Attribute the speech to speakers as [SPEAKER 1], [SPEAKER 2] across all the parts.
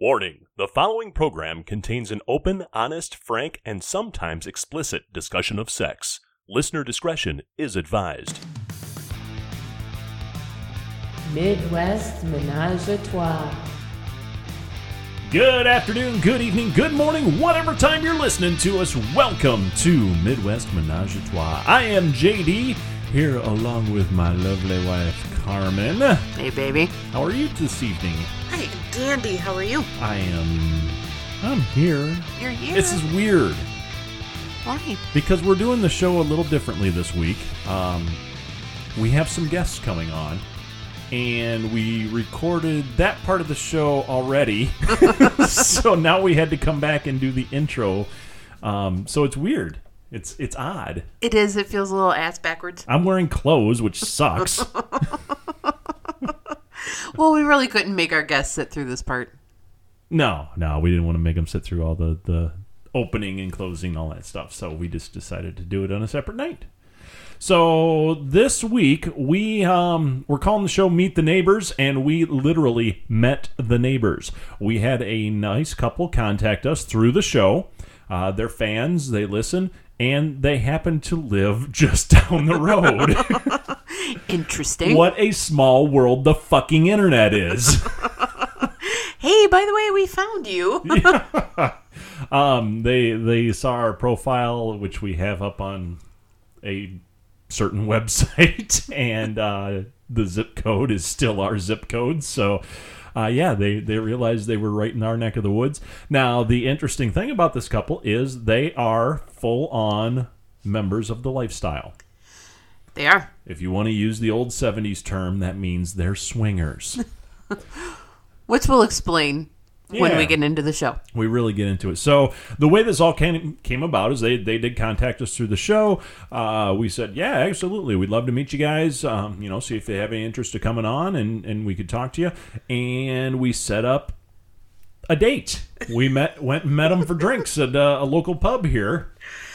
[SPEAKER 1] Warning The following program contains an open, honest, frank, and sometimes explicit discussion of sex. Listener discretion is advised.
[SPEAKER 2] Midwest Ménage à Trois.
[SPEAKER 1] Good afternoon, good evening, good morning, whatever time you're listening to us. Welcome to Midwest Menage a Trois. I am JD, here along with my lovely wife, Carmen.
[SPEAKER 3] Hey, baby.
[SPEAKER 1] How are you this evening?
[SPEAKER 3] Hey, Dandy, how are you?
[SPEAKER 1] I am. I'm here.
[SPEAKER 3] You're here.
[SPEAKER 1] This is weird
[SPEAKER 3] Why?
[SPEAKER 1] because we're doing the show a little differently this week. Um, we have some guests coming on, and we recorded that part of the show already. so now we had to come back and do the intro. Um, so it's weird. It's it's odd.
[SPEAKER 3] It is. It feels a little ass backwards.
[SPEAKER 1] I'm wearing clothes, which sucks.
[SPEAKER 3] Well, we really couldn't make our guests sit through this part.
[SPEAKER 1] no, no, we didn't want to make them sit through all the the opening and closing, all that stuff. So we just decided to do it on a separate night. So this week we um, we're calling the show "Meet the Neighbors," and we literally met the neighbors. We had a nice couple contact us through the show. Uh, they're fans; they listen, and they happen to live just down the road.
[SPEAKER 3] Interesting.
[SPEAKER 1] what a small world the fucking internet is!
[SPEAKER 3] Hey, by the way, we found you.
[SPEAKER 1] Um, they they saw our profile, which we have up on a certain website, and uh, the zip code is still our zip code. So, uh, yeah, they they realized they were right in our neck of the woods. Now, the interesting thing about this couple is they are full on members of the lifestyle.
[SPEAKER 3] They are.
[SPEAKER 1] If you want to use the old '70s term, that means they're swingers.
[SPEAKER 3] Which we'll explain when
[SPEAKER 1] Yeah.
[SPEAKER 3] we get into the show.
[SPEAKER 1] we really get into it. So the way this all came came about is they they did contact us through the show. Uh, we said, yeah, absolutely, we'd love to meet you guys. Um, you know, see if they have any interest to coming on, and and we could talk to you. And we set up a date. We met went and met them for drinks at uh, a local pub here,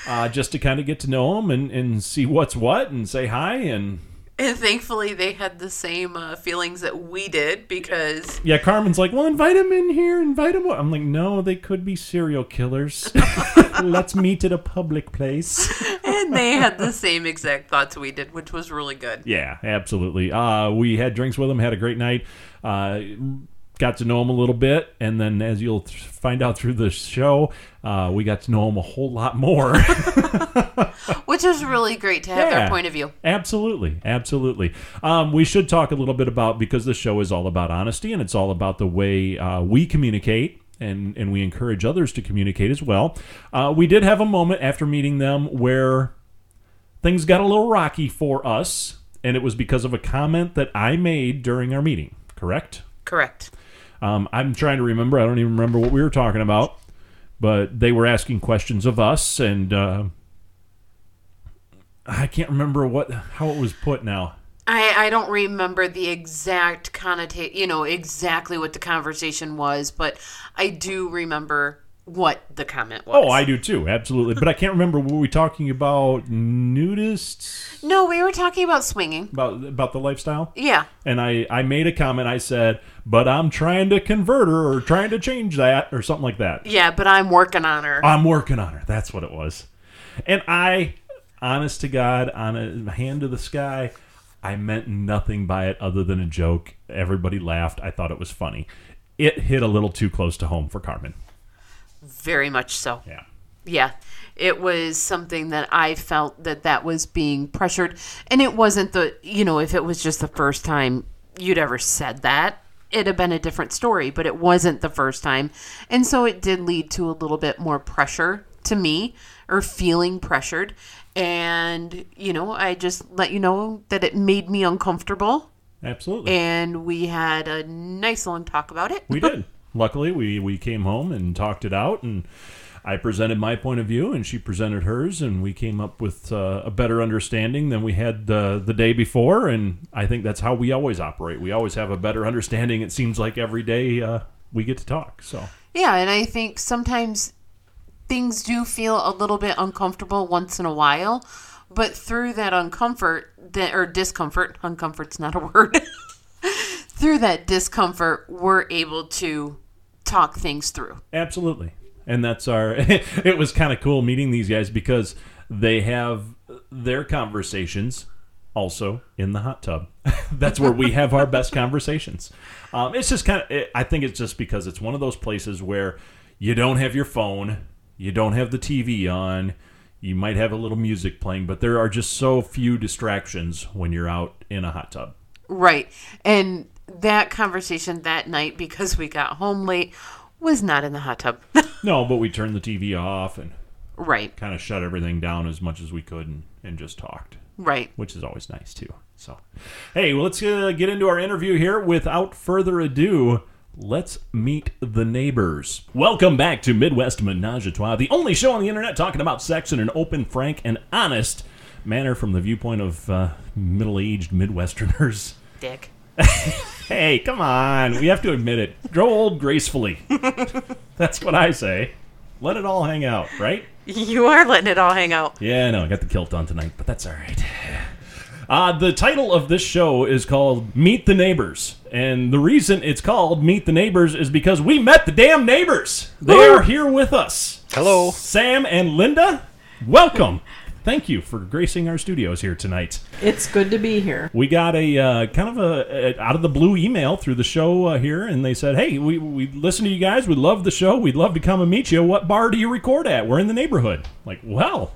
[SPEAKER 1] uh, just to kind of get to know them and and see what's what and say hi and.
[SPEAKER 3] And thankfully, they had the same uh, feelings that we did because
[SPEAKER 1] Yeah, Carmen's like, well, invite him in here, invite him. o-" I'm like, no, they could be serial killers. Let's meet at a public place.
[SPEAKER 3] and they had the same exact thoughts we did, which was really good.
[SPEAKER 1] Yeah, absolutely. Uh, we had drinks with him, had a great night, uh, got to know him a little bit, and then as you'll th- find out through the show, uh, we got to know him a whole lot more.
[SPEAKER 3] Which was really great to have
[SPEAKER 1] Yeah.
[SPEAKER 3] their point of view.
[SPEAKER 1] absolutely, absolutely. Um, we should talk a little bit about because the show is all about honesty and it's all about the way uh, we communicate. And, and we encourage others to communicate as well. Uh, we did have a moment after meeting them where things got a little rocky for us, and it was because of a comment that I made during our meeting, correct?
[SPEAKER 3] Correct.
[SPEAKER 1] Um, I'm trying to remember. I don't even remember what we were talking about, but they were asking questions of us, and uh, I can't remember what how it was put now.
[SPEAKER 3] I, I don't remember the exact connotate, you know, exactly what the conversation was, but I do remember what the comment was.
[SPEAKER 1] Oh, I do too, absolutely. But I can't remember. Were we talking about nudists
[SPEAKER 3] No, we were talking about swinging.
[SPEAKER 1] about about the lifestyle?
[SPEAKER 3] Yeah.
[SPEAKER 1] And I I made a comment. I said, "But I'm trying to convert her, or trying to change that, or something like that."
[SPEAKER 3] Yeah, but I'm working on her.
[SPEAKER 1] I'm working on her. That's what it was. And I, honest to God, on a hand to the sky, I meant nothing by it other than a joke. Everybody laughed. I thought it was funny. It hit a little too close to home for Carmen.
[SPEAKER 3] Very much so.
[SPEAKER 1] Yeah.
[SPEAKER 3] Yeah. It was something that I felt that that was being pressured. And it wasn't the, you know, if it was just the first time you'd ever said that, it'd have been a different story, but it wasn't the first time. And so it did lead to a little bit more pressure to me or feeling pressured. And, you know, I just let you know that it made me uncomfortable.
[SPEAKER 1] Absolutely.
[SPEAKER 3] And we had a nice long talk about it.
[SPEAKER 1] we did. Luckily, we, we came home and talked it out, and I presented my point of view, and she presented hers, and we came up with uh, a better understanding than we had uh, the day before. And I think that's how we always operate. We always have a better understanding. It seems like every day uh, we get to talk. So
[SPEAKER 3] Yeah, and I think sometimes things do feel a little bit uncomfortable once in a while, but through that uncomfort, that or discomfort, uncomfort's not a word. through that discomfort, we're able to talk things through.
[SPEAKER 1] Absolutely. And that's our. it was kind of cool meeting these guys because they have their conversations also in the hot tub. that's where we have our best conversations. Um, it's just kind of. I think it's just because it's one of those places where you don't have your phone, you don't have the TV on. You might have a little music playing, but there are just so few distractions when you're out in a hot tub.
[SPEAKER 3] Right. And that conversation that night, because we got home late, was not in the hot tub.
[SPEAKER 1] No, but we turned the TV off and
[SPEAKER 3] right.
[SPEAKER 1] kind of shut everything down as much as we could and, and just talked,
[SPEAKER 3] Right.
[SPEAKER 1] which is always nice too. So, hey, well, let's uh, get into our interview here. Without further ado, let's meet the neighbors. Welcome back to Midwest Menage a Trois, the only show on the internet talking about sex in an open, frank, and honest manner from the viewpoint of uh, middle aged Midwesterners.
[SPEAKER 3] Dick.
[SPEAKER 1] Hey, come on. We have to admit it. Grow old gracefully. That's what I say. Let it all hang out, right?
[SPEAKER 3] You are letting it all hang out.
[SPEAKER 1] Yeah, I know. I got the kilt on tonight, but that's all right. Uh, the title of this show is called Meet the Neighbors. And the reason it's called Meet the Neighbors is because we met the damn neighbors. They
[SPEAKER 3] Woo!
[SPEAKER 1] are here with us.
[SPEAKER 4] Hello.
[SPEAKER 1] Sam and Linda, welcome. Thank you for gracing our studios here tonight.
[SPEAKER 5] It's good to be here.
[SPEAKER 1] we got a uh, kind of a, a out of the blue email through the show uh, here, and they said, "Hey, we we listen to you guys. We love the show. We'd love to come and meet you. What bar do you record at? We're in the neighborhood." Like, well,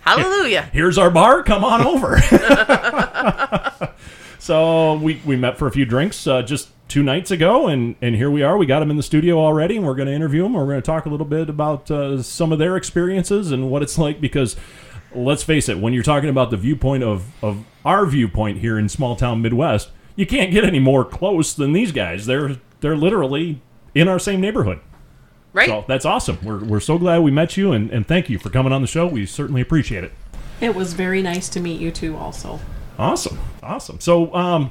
[SPEAKER 3] Hallelujah.
[SPEAKER 1] here's our bar. Come on over. so we we met for a few drinks uh, just two nights ago, and and here we are. We got them in the studio already, and we're going to interview them. We're going to talk a little bit about uh, some of their experiences and what it's like because. Let's face it, when you're talking about the viewpoint of, of our viewpoint here in small town Midwest, you can't get any more close than these guys. They're they're literally in our same neighborhood.
[SPEAKER 3] Right.
[SPEAKER 1] So that's awesome. We're, we're so glad we met you and, and thank you for coming on the show. We certainly appreciate it.
[SPEAKER 5] It was very nice to meet you two also.
[SPEAKER 1] Awesome. Awesome. So, um,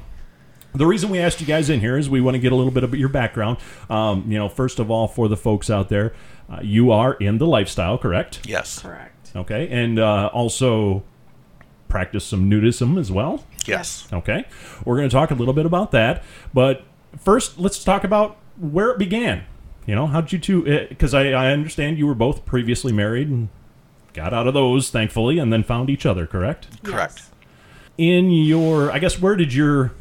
[SPEAKER 1] the reason we asked you guys in here is we want to get a little bit of your background. Um, you know, first of all, for the folks out there, uh, you are in the lifestyle, correct?
[SPEAKER 4] Yes.
[SPEAKER 5] Correct.
[SPEAKER 1] Okay. And uh, also practice some nudism as well.
[SPEAKER 4] Yes.
[SPEAKER 1] Okay. We're going to talk a little bit about that. But first, let's talk about where it began. You know, how'd you two, because I, I understand you were both previously married and got out of those, thankfully, and then found each other, correct?
[SPEAKER 4] Correct.
[SPEAKER 1] in your i guess where did your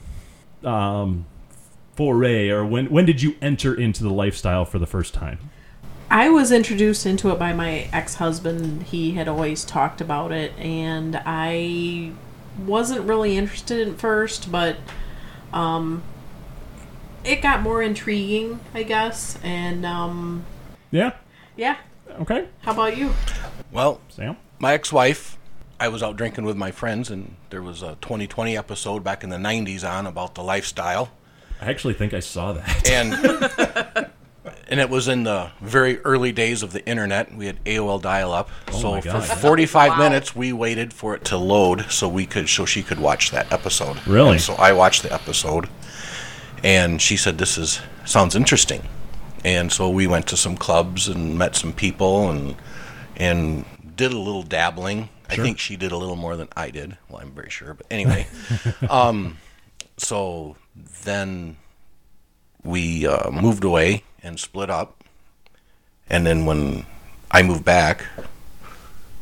[SPEAKER 1] um foray or when when did you enter into the lifestyle for the first time
[SPEAKER 5] I was introduced into it by my ex husband. He had always talked about it, and I wasn't really interested at first, but um, it got more intriguing, I guess. And um,
[SPEAKER 1] yeah
[SPEAKER 5] yeah,
[SPEAKER 1] okay
[SPEAKER 5] how about you?
[SPEAKER 4] Well,
[SPEAKER 1] sam
[SPEAKER 4] my ex-wife, I was out drinking with my friends, and there was a 2020 episode back in the 90s on about the lifestyle,
[SPEAKER 1] i actually think i saw that
[SPEAKER 4] and and it was in the very early days of the internet. We had AOL dial-up, so
[SPEAKER 1] Oh my
[SPEAKER 4] for
[SPEAKER 1] God.
[SPEAKER 4] 45 minutes we waited for it to load so we could so she could watch that episode.
[SPEAKER 1] Really?
[SPEAKER 4] And so I watched the episode, and she said, "This is sounds interesting," and so we went to some clubs and met some people and and did a little dabbling. I think she did a little more than I did. Well, I'm very sure, but anyway. um, so then we uh, moved away and split up, and then when I moved back,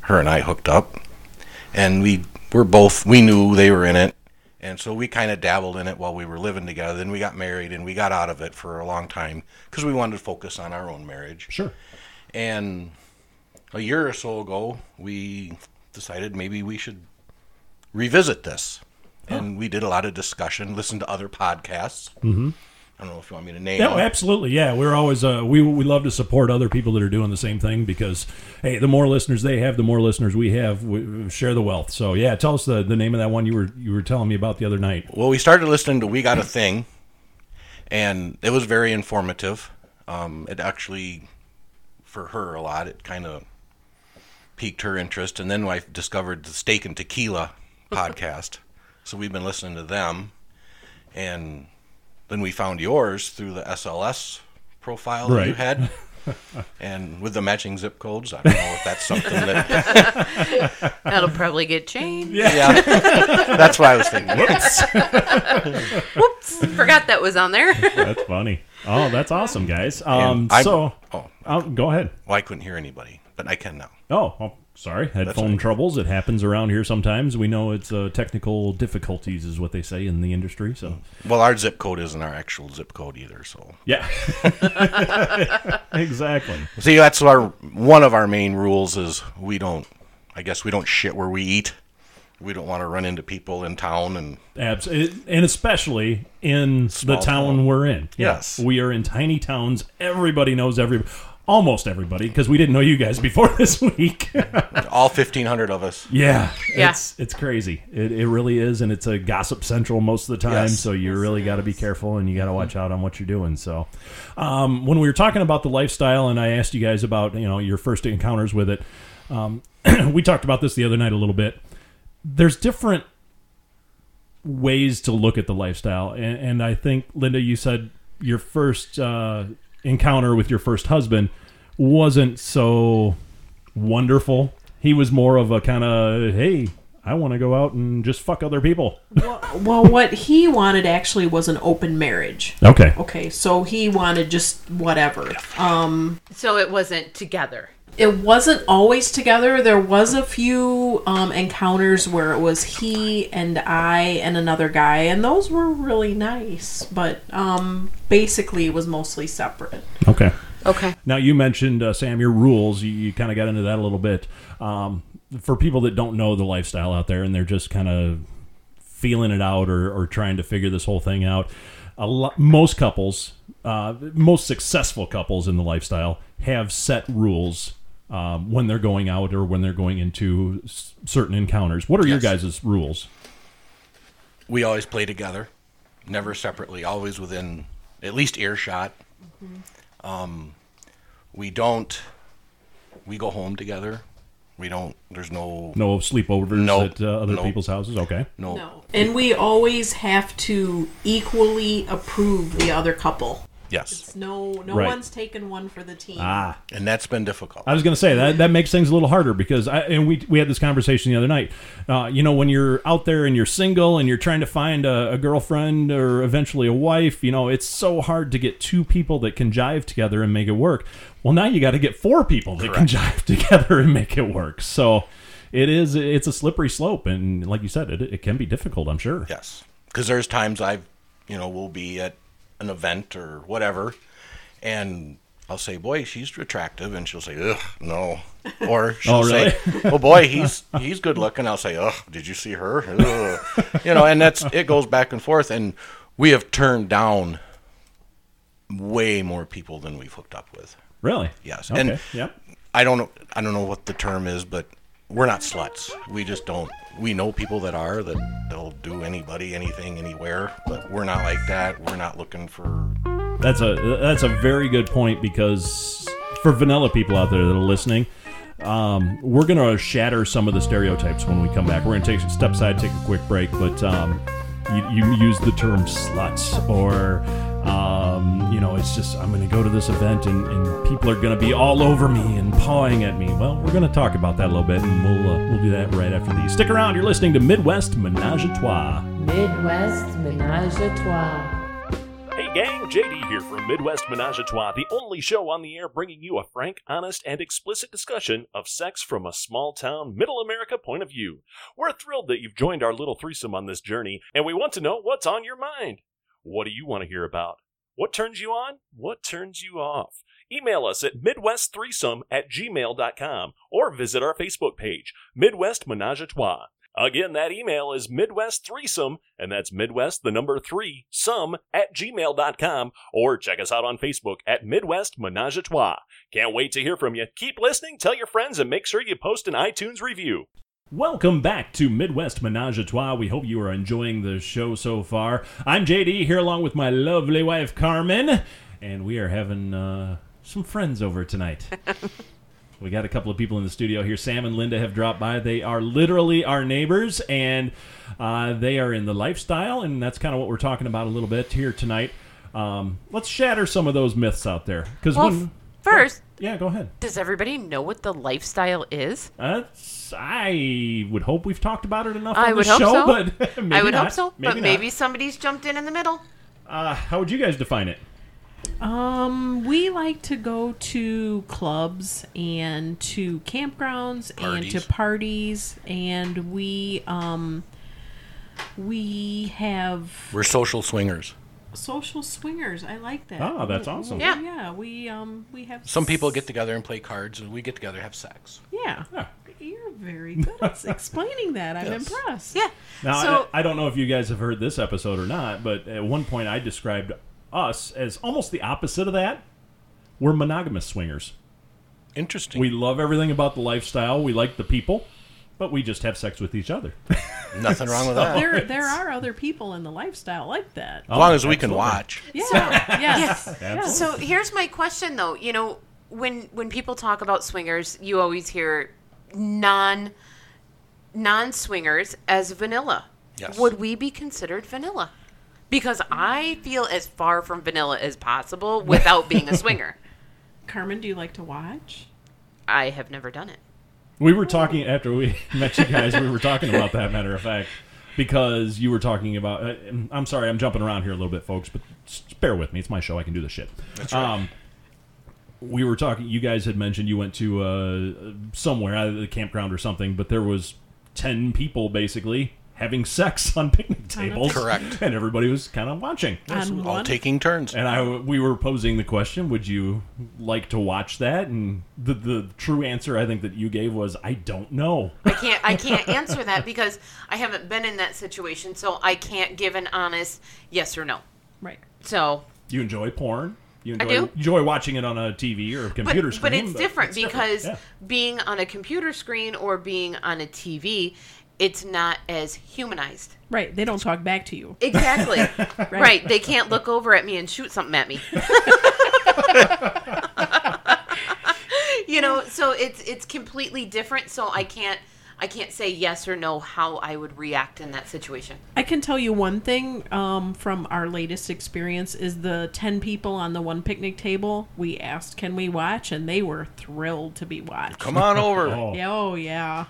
[SPEAKER 4] her and I hooked up, and we were both we knew they were in it, and so we kind of dabbled in it while we were living together. Then we got married, and we got out of it for a long time because we wanted to focus on our own marriage.
[SPEAKER 1] sure
[SPEAKER 4] And a year or so ago, we decided maybe we should revisit this. And we did a lot of discussion, listened to other podcasts. Mm-hmm. I don't know if you want me to name
[SPEAKER 1] no
[SPEAKER 4] them.
[SPEAKER 1] Oh, absolutely yeah we're always uh we we love to support other people that are doing the same thing because hey the more listeners they have the more listeners we have we share the wealth so yeah tell us the, the name of that one you were you were telling me about the other night
[SPEAKER 4] Well, we started listening to We Got a Thing, and it was very informative. Um, it actually, for her a lot, it kind of piqued her interest. And then I discovered the Steak and Tequila podcast. so we've been listening to them. And then we found yours through the SLS profile that you
[SPEAKER 1] Right.
[SPEAKER 4] had. and with the matching zip codes, I don't know if that's something that.
[SPEAKER 3] That'll probably get changed.
[SPEAKER 4] Yeah. that's what I was thinking.
[SPEAKER 3] Forgot that was on there.
[SPEAKER 1] that's funny Oh, that's awesome, guys. Um,
[SPEAKER 4] And I'm-
[SPEAKER 1] so,
[SPEAKER 4] oh,
[SPEAKER 1] um, go ahead.
[SPEAKER 4] well, I couldn't hear anybody, but I can now.
[SPEAKER 1] Oh, well, sorry. Headphone
[SPEAKER 4] right.
[SPEAKER 1] troubles. It happens around here sometimes. We know it's uh, technical difficulties, is what they say in the industry. So,
[SPEAKER 4] Well, our zip code isn't our actual zip code either, so
[SPEAKER 1] yeah. exactly.
[SPEAKER 4] see, that's our one of our main rules is we don't. I guess we don't shit where we eat. We don't want to run into people in town, and
[SPEAKER 1] Abs- it- and especially in
[SPEAKER 4] Small
[SPEAKER 1] the town
[SPEAKER 4] town.
[SPEAKER 1] we're in. Yeah.
[SPEAKER 4] Yes.
[SPEAKER 1] We are in tiny towns. Everybody knows every, almost everybody, because we didn't know you guys before this week.
[SPEAKER 4] all fifteen hundred of us.
[SPEAKER 1] Yeah,
[SPEAKER 3] Yeah.
[SPEAKER 1] it's it's crazy. It, it really is, and it's a gossip central most of the time.
[SPEAKER 4] Yes.
[SPEAKER 1] So you really got to be careful, and you got to watch out on what you're doing. So, um, when we were talking about the lifestyle, and I asked you guys about you know your first encounters with it, um, we talked about this the other night a little bit. There's different ways to look at the lifestyle, and, and I think Linda, you said your first uh, encounter with your first husband wasn't so wonderful. He was more of a kind of hey, I want to go out and just fuck other people.
[SPEAKER 5] well, what he wanted actually was an open marriage.
[SPEAKER 1] Okay.
[SPEAKER 5] Okay, so he wanted just whatever.
[SPEAKER 3] So it wasn't together.
[SPEAKER 5] it wasn't always together. There was a few um, encounters where it was he and I and another guy, and those were really nice. But um, basically, it was mostly separate.
[SPEAKER 1] Okay.
[SPEAKER 3] Okay.
[SPEAKER 1] Now you mentioned uh, Sam your rules. You, you kind of got into that a little bit. Um, for people that don't know the lifestyle out there and they're just kind of feeling it out or, or trying to figure this whole thing out, a lot, most couples, uh, most successful couples in the lifestyle, have set rules. Um, when they're going out or when they're going into s- certain encounters, what are your
[SPEAKER 4] Yes.
[SPEAKER 1] guys' rules?
[SPEAKER 4] We always play together, never separately, always within at least earshot. Um, we don't. We go home together. We don't. There's no
[SPEAKER 1] No sleepovers
[SPEAKER 4] Nope.
[SPEAKER 1] at uh, other
[SPEAKER 4] Nope.
[SPEAKER 1] people's houses. Okay.
[SPEAKER 4] no.
[SPEAKER 5] No, and we always have to equally approve the other couple.
[SPEAKER 4] Yes,
[SPEAKER 5] No, no
[SPEAKER 1] Right.
[SPEAKER 5] one's taken one for the team.
[SPEAKER 1] Ah,
[SPEAKER 4] and that's been difficult.
[SPEAKER 1] I was going to say that that makes things a little harder because I and we we had this conversation the other night. Uh, you know, when you're out there and you're single and you're trying to find a, a girlfriend or eventually a wife, you know, it's so hard to get two people that can jive together and make it work. Well, now you got to get four people that can jive together and make it work. So it is it's a slippery slope, and like you said, it, it can be difficult. I'm sure.
[SPEAKER 4] Yes, because there's times I've, you know, we'll be at an event or whatever, and I'll say, "Boy, she's attractive," and she'll say, "Ugh, no," or she'll
[SPEAKER 1] Oh,
[SPEAKER 4] say, "Oh boy, he's he's good looking." I'll say, "Ugh, did you see her?" Ugh. you know, and that's it goes back and forth, and we have turned down way more people than we've hooked up with.
[SPEAKER 1] Really?
[SPEAKER 4] Yes,
[SPEAKER 1] Okay.
[SPEAKER 4] and-
[SPEAKER 1] yep.
[SPEAKER 4] I don't know. I don't know what the term is, but we're not sluts. We just don't. We know people that are that they'll do anybody, anything, anywhere. But we're not like that. We're not looking for.
[SPEAKER 1] That's a that's a very good point because for vanilla people out there that are listening, um, we're gonna shatter some of the stereotypes when we come back. We're gonna take step aside, take a quick break, but um, you, you use the term sluts or. Um, you know, it's just I'm going to go to this event and, and people are going to be all over me and pawing at me. Well, we're going to talk about that a little bit, and we'll uh, we'll do that right after these. Stick around. You're listening to Midwest Menage a Trois.
[SPEAKER 2] Midwest Menage a Trois.
[SPEAKER 1] Hey gang, JD here from Midwest Menage a Trois, the only show on the air bringing you a frank, honest, and explicit discussion of sex from a small town, middle America point of view. We're thrilled that you've joined our little threesome on this journey, and we want to know what's on your mind. What do you want to hear about? What turns you on? What turns you off? Email us at midwestthreesome at gmail.com or visit our Facebook page, Midwest Menage a Trois. Again, that email is Midwest Threesome, and that's Midwest, the number three, some at gmail.com, or check us out on Facebook at Midwest Menage a Trois. Can't wait to hear from you. Keep listening, tell your friends, and make sure you post an iTunes review. Welcome back to Midwest Menage a Trois. We hope you are enjoying the show so far. I'm JD here along with my lovely wife Carmen, and we are having uh, some friends over tonight. We got a couple of people in the studio here. Sam and Linda have dropped by. They are literally our neighbors, and uh, they are in the lifestyle, and that's kind of what we're talking about a little bit here tonight. Um, let's shatter some of those myths out there, because
[SPEAKER 3] Well, f- first,
[SPEAKER 1] yeah, go ahead.
[SPEAKER 3] does everybody know what the lifestyle is?
[SPEAKER 1] That's, I would hope we've talked about it enough
[SPEAKER 3] I
[SPEAKER 1] on
[SPEAKER 3] would
[SPEAKER 1] the
[SPEAKER 3] hope
[SPEAKER 1] show,
[SPEAKER 3] so.
[SPEAKER 1] but maybe
[SPEAKER 3] I would
[SPEAKER 1] not.
[SPEAKER 3] hope so, but
[SPEAKER 1] not.
[SPEAKER 3] maybe somebody's jumped in in the middle.
[SPEAKER 1] Uh, how would you guys define it?
[SPEAKER 5] Um, we like to go to clubs and to campgrounds and
[SPEAKER 4] Parties.
[SPEAKER 5] to parties, and we um, we have
[SPEAKER 4] We're social swingers.
[SPEAKER 5] social swingers. I like that.
[SPEAKER 1] Ah, that's awesome.
[SPEAKER 5] Yeah,
[SPEAKER 3] Yeah.
[SPEAKER 5] yeah. We um, we have
[SPEAKER 4] Some people
[SPEAKER 5] s-
[SPEAKER 4] get together and play cards, and we get together and have sex.
[SPEAKER 5] Yeah.
[SPEAKER 1] Yeah.
[SPEAKER 5] You're very good at explaining that. I'm
[SPEAKER 4] Yes.
[SPEAKER 5] impressed.
[SPEAKER 3] Yeah.
[SPEAKER 1] Now,
[SPEAKER 3] so
[SPEAKER 1] I, I don't know if you guys have heard this episode or not, but at one point I described us as almost the opposite of that. We're monogamous swingers.
[SPEAKER 4] Interesting.
[SPEAKER 1] We love everything about the lifestyle. We like the people, but we just have sex with each other.
[SPEAKER 4] Nothing wrong with that.
[SPEAKER 5] There, there are other people in the lifestyle like that.
[SPEAKER 1] Oh,
[SPEAKER 4] As long as we can watch.
[SPEAKER 5] Yeah. yes. yes.
[SPEAKER 3] So here's my question though. You know, when when people talk about swingers, you always hear non non swingers as vanilla.
[SPEAKER 4] Yes.
[SPEAKER 3] Would we be considered vanilla? Because I feel as far from vanilla as possible without being a swinger.
[SPEAKER 5] Carmen, do you like to watch?
[SPEAKER 3] I have never done it.
[SPEAKER 1] We were talking after we met you guys. We were talking about that matter of fact because you were talking about. uh, I'm sorry, I'm jumping around here a little bit, folks, but s- bear with me. It's my show. I can do this shit. That's right. Um, we were talking. You guys had mentioned you went to uh, somewhere, either the campground or something, but there was ten people basically having sex on picnic tables.
[SPEAKER 4] Correct.
[SPEAKER 1] And everybody was kind of watching.
[SPEAKER 5] On
[SPEAKER 4] All
[SPEAKER 5] one
[SPEAKER 4] taking turns.
[SPEAKER 1] And I, we were posing the question, would you like to watch that? And the, the true answer I think that you gave was, I don't know.
[SPEAKER 3] I can't I can't answer that because I haven't been in that situation, so I can't give an honest yes or no.
[SPEAKER 5] right.
[SPEAKER 3] So
[SPEAKER 1] You enjoy porn. You enjoy,
[SPEAKER 3] do.
[SPEAKER 1] enjoy watching it on a TV or a
[SPEAKER 3] but,
[SPEAKER 1] computer screen.
[SPEAKER 3] but it's different because
[SPEAKER 1] yeah.
[SPEAKER 3] being on a computer screen or being on a TV, it's not as humanized.
[SPEAKER 5] Right. They don't talk back to you.
[SPEAKER 3] Exactly. right. They can't look over at me and shoot something at me. you know, so it's it's completely different. So I can't I can't say yes or no how I would react in that situation.
[SPEAKER 5] I can tell you one thing um, from our latest experience is the 10 people on the one picnic table. We asked, can we watch? And they were thrilled to be watched.
[SPEAKER 4] Come on over.
[SPEAKER 1] Oh.
[SPEAKER 5] Yeah, Oh, yeah.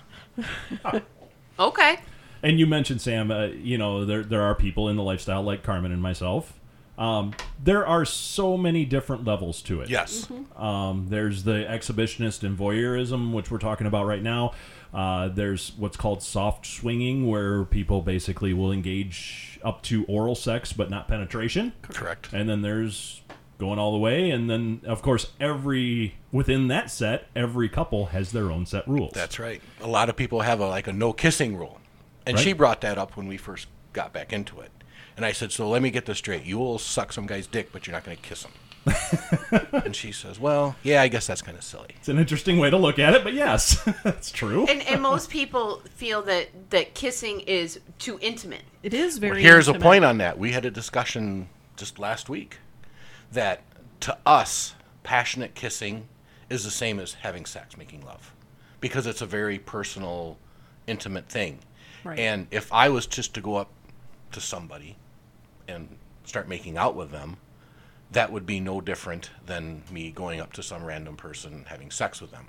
[SPEAKER 3] Okay.
[SPEAKER 1] And you mentioned Sam. Uh, you know, there there are people in the lifestyle like Carmen and myself. Um, there are so many different levels to it.
[SPEAKER 4] Yes.
[SPEAKER 5] Mm-hmm.
[SPEAKER 1] Um, there's the exhibitionist and voyeurism, which we're talking about right now. Uh, there's what's called soft swinging, where people basically will engage up to oral sex, but not penetration.
[SPEAKER 4] Correct.
[SPEAKER 1] and then there's going all the way and then of course every within that set every couple has their own set rules
[SPEAKER 4] That's right. A lot of people have a, like a no kissing rule, and she
[SPEAKER 1] Right.
[SPEAKER 4] brought that up when we first got back into it. And I said, "So let me get this straight. You will suck some guy's dick, but you're not going to kiss him." and she says, "Well, yeah, I guess that's kind of silly."
[SPEAKER 1] it's an interesting way to look at it but yes that's true
[SPEAKER 3] And and most people feel that that kissing is too intimate.
[SPEAKER 5] It is very.
[SPEAKER 4] Here's a
[SPEAKER 5] intimate.
[SPEAKER 4] point on that. We had a discussion just last week that to us, passionate kissing is the same as having sex, making love, because it's a very personal, intimate thing.
[SPEAKER 5] Right.
[SPEAKER 4] And if I was just to go up to somebody and start making out with them, that would be no different than me going up to some random person and having sex with them,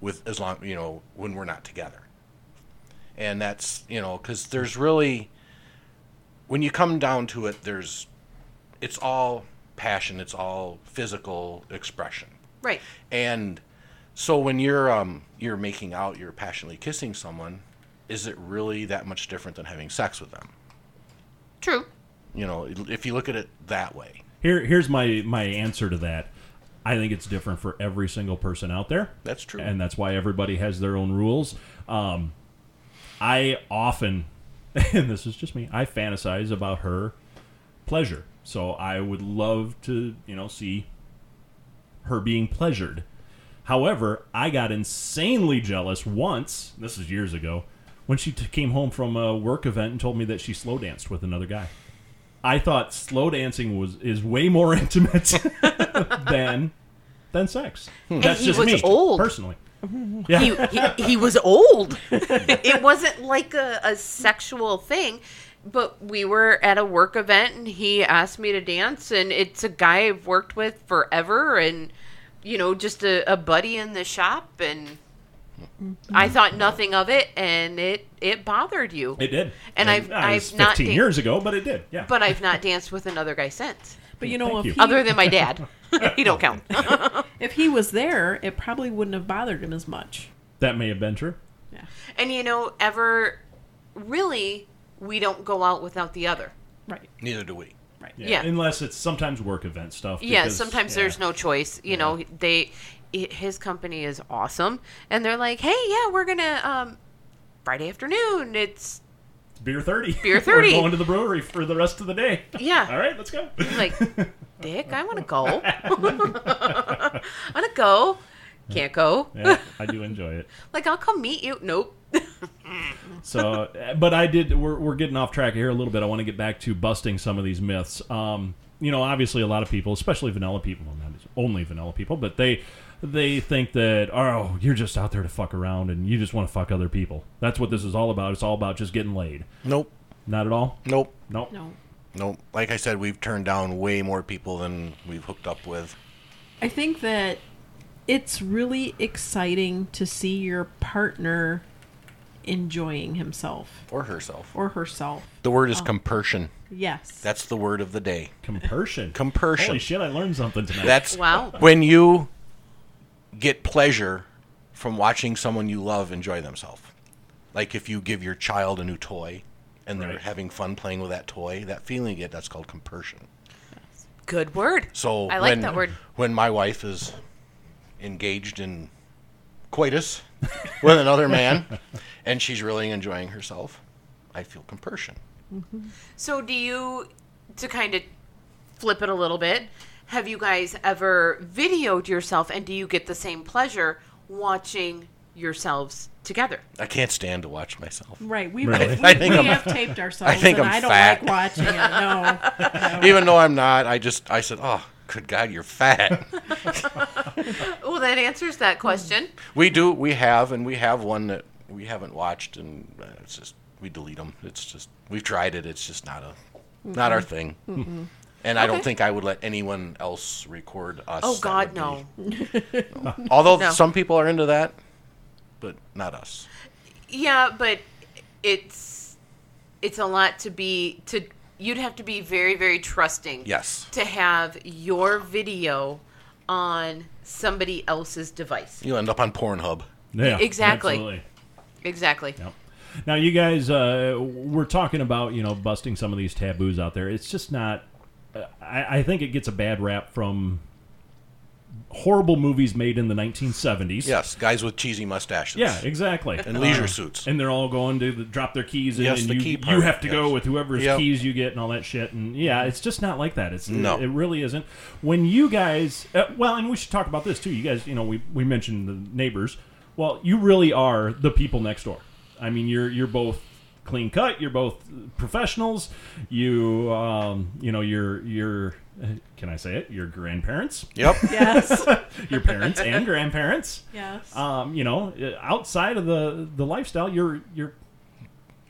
[SPEAKER 4] with as long you know when we're not together. And that's you know because there's really when you come down to it, there's it's all passion, it's all physical expression.
[SPEAKER 3] Right.
[SPEAKER 4] And so when you're um, you're making out, you're passionately kissing someone, is it really that much different than having sex with them?
[SPEAKER 3] True.
[SPEAKER 4] You know, if you look at it that way,
[SPEAKER 1] here here's my my answer to that i think it's different for every single person out there
[SPEAKER 4] that's true.
[SPEAKER 1] and that's why everybody has their own rules um i often and this is just me i fantasize about her pleasure so i would love to you know see her being pleasured. However, I got insanely jealous once, this is years ago, when she t- came home from a work event and told me that she slow danced with another guy. I thought slow dancing was is way more intimate than than sex. That's
[SPEAKER 3] Hmm. he
[SPEAKER 1] just
[SPEAKER 3] was
[SPEAKER 1] me
[SPEAKER 3] old.
[SPEAKER 1] personally. Yeah.
[SPEAKER 3] he, he, he was old. it wasn't like a, a sexual thing, but we were at a work event and he asked me to dance. And it's a guy I've worked with forever and, you know, just a, a buddy in the shop. And I thought nothing of it and it, it bothered you.
[SPEAKER 1] Mm-hmm. it did.
[SPEAKER 3] And I've-
[SPEAKER 1] that was
[SPEAKER 3] I've not
[SPEAKER 1] 15
[SPEAKER 3] dan-
[SPEAKER 1] years ago, but it did. Yeah.
[SPEAKER 3] But I've not danced with another guy since.
[SPEAKER 5] But you know,
[SPEAKER 1] Thank
[SPEAKER 5] if
[SPEAKER 1] you.
[SPEAKER 5] he,
[SPEAKER 3] Other than my dad, he don't count.
[SPEAKER 5] if he was there, it probably wouldn't have bothered him as much.
[SPEAKER 1] That may have been true.
[SPEAKER 5] Yeah.
[SPEAKER 3] and you know, ever really, we don't go out without the other.
[SPEAKER 5] Right.
[SPEAKER 4] Neither do we.
[SPEAKER 5] Right.
[SPEAKER 3] Yeah.
[SPEAKER 1] Unless it's sometimes work event stuff.
[SPEAKER 3] yeah
[SPEAKER 1] because-
[SPEAKER 3] sometimes
[SPEAKER 1] yeah.
[SPEAKER 3] there's no choice you know they i- his company is awesome and they're like hey yeah we're gonna um friday afternoon it's
[SPEAKER 1] beer thirty.
[SPEAKER 3] Beer
[SPEAKER 1] We're
[SPEAKER 3] 30.
[SPEAKER 1] going to the brewery for the rest of the day.
[SPEAKER 3] Yeah.
[SPEAKER 1] All right, let's go.
[SPEAKER 3] like dick i want to go i want to go can't go
[SPEAKER 1] yeah, I do enjoy it.
[SPEAKER 3] like i'll come meet you nope
[SPEAKER 1] So, uh, but I did. We're, we're getting off track here a little bit. I want to get back to busting some of these myths. Um, you know, obviously, a lot of people, especially vanilla people, well, not only vanilla people, but they they think that oh, you're just out there to fuck around and you just want to fuck other people. That's what this is all about. It's all about just getting laid.
[SPEAKER 4] Nope.
[SPEAKER 1] Not at all.
[SPEAKER 4] Nope.
[SPEAKER 1] Nope.
[SPEAKER 5] No.
[SPEAKER 4] Nope. Like I said, we've turned down way more people than we've hooked up with.
[SPEAKER 5] I think that it's really exciting to see your partner enjoying himself
[SPEAKER 4] Or herself.
[SPEAKER 5] or herself.
[SPEAKER 4] The word is compersion.
[SPEAKER 5] Yes.
[SPEAKER 4] That's the word of the day.
[SPEAKER 1] Compersion.
[SPEAKER 4] Compersion.
[SPEAKER 1] Holy shit! I learned something tonight.
[SPEAKER 4] That's
[SPEAKER 3] Wow.
[SPEAKER 4] when you get pleasure from watching someone you love enjoy themselves. Like if you give your child a new toy and they're
[SPEAKER 1] Right.
[SPEAKER 4] having fun playing with that toy, that feeling you get, that's called compersion.
[SPEAKER 3] good word
[SPEAKER 4] So
[SPEAKER 3] i like
[SPEAKER 4] when,
[SPEAKER 3] that word
[SPEAKER 4] When my wife is engaged in coitus with another man and she's really enjoying herself, I feel compersion.
[SPEAKER 3] So do you to kind of flip it a little bit? Have you guys ever videoed yourself and do you get the same pleasure watching yourselves together?
[SPEAKER 4] I can't stand to watch myself.
[SPEAKER 5] right. We,
[SPEAKER 1] Really?
[SPEAKER 5] we,
[SPEAKER 4] I think
[SPEAKER 5] we
[SPEAKER 4] I'm-
[SPEAKER 5] have taped ourselves.
[SPEAKER 4] I think
[SPEAKER 5] and
[SPEAKER 4] I'm
[SPEAKER 5] I don't
[SPEAKER 4] fat.
[SPEAKER 5] like watching it. No.
[SPEAKER 4] Even though I'm not, I just I said, "Oh, good God, you're fat."
[SPEAKER 3] Well, that answers that question.
[SPEAKER 4] we do, we have, and we have one that we haven't watched, and uh, it's just we delete them. It's just we've tried it. It's just not a, not our thing. And I don't
[SPEAKER 3] Okay.
[SPEAKER 4] think I would let anyone else record us.
[SPEAKER 3] Oh
[SPEAKER 4] That
[SPEAKER 3] God,
[SPEAKER 4] would be-
[SPEAKER 3] no.
[SPEAKER 4] Although
[SPEAKER 3] No.
[SPEAKER 4] some people are into that, but not us.
[SPEAKER 3] Yeah, but it's it's a lot to be to you'd have to be very very trusting.
[SPEAKER 4] Yes.
[SPEAKER 3] To have your video on somebody else's device.
[SPEAKER 4] You'll end up on Pornhub.
[SPEAKER 1] yeah,
[SPEAKER 3] Exactly.
[SPEAKER 1] Absolutely.
[SPEAKER 3] Exactly.
[SPEAKER 1] Yep. Now, you guys, uh, we're talking about you know busting some of these taboos out there. It's just not. Uh, I, I think it gets a bad rap from horrible movies made in the 1970s.
[SPEAKER 4] Yes, guys with cheesy mustaches.
[SPEAKER 1] Yeah, exactly.
[SPEAKER 4] And leisure suits.
[SPEAKER 1] And they're all going to the, drop their keys in,
[SPEAKER 4] Yes,
[SPEAKER 1] and
[SPEAKER 4] the
[SPEAKER 1] you,
[SPEAKER 4] key part,
[SPEAKER 1] you have to go
[SPEAKER 4] yes.
[SPEAKER 1] with whoever's
[SPEAKER 4] Yep.
[SPEAKER 1] keys you get and all that shit. And yeah, it's just not like that. It's
[SPEAKER 4] No.
[SPEAKER 1] it, really isn't. When you guys, uh, well, and we should talk about this too. You guys, you know, we we mentioned the neighbors. Well, you really are the people next door. I mean, you're you're both clean cut. You're both professionals. You um, you know, you're you're. uh, Can I say it? Your grandparents,
[SPEAKER 4] Yep.
[SPEAKER 5] Yes.
[SPEAKER 1] your parents and grandparents
[SPEAKER 5] Yes.
[SPEAKER 1] um, you know, uh, outside of the the lifestyle, you're you're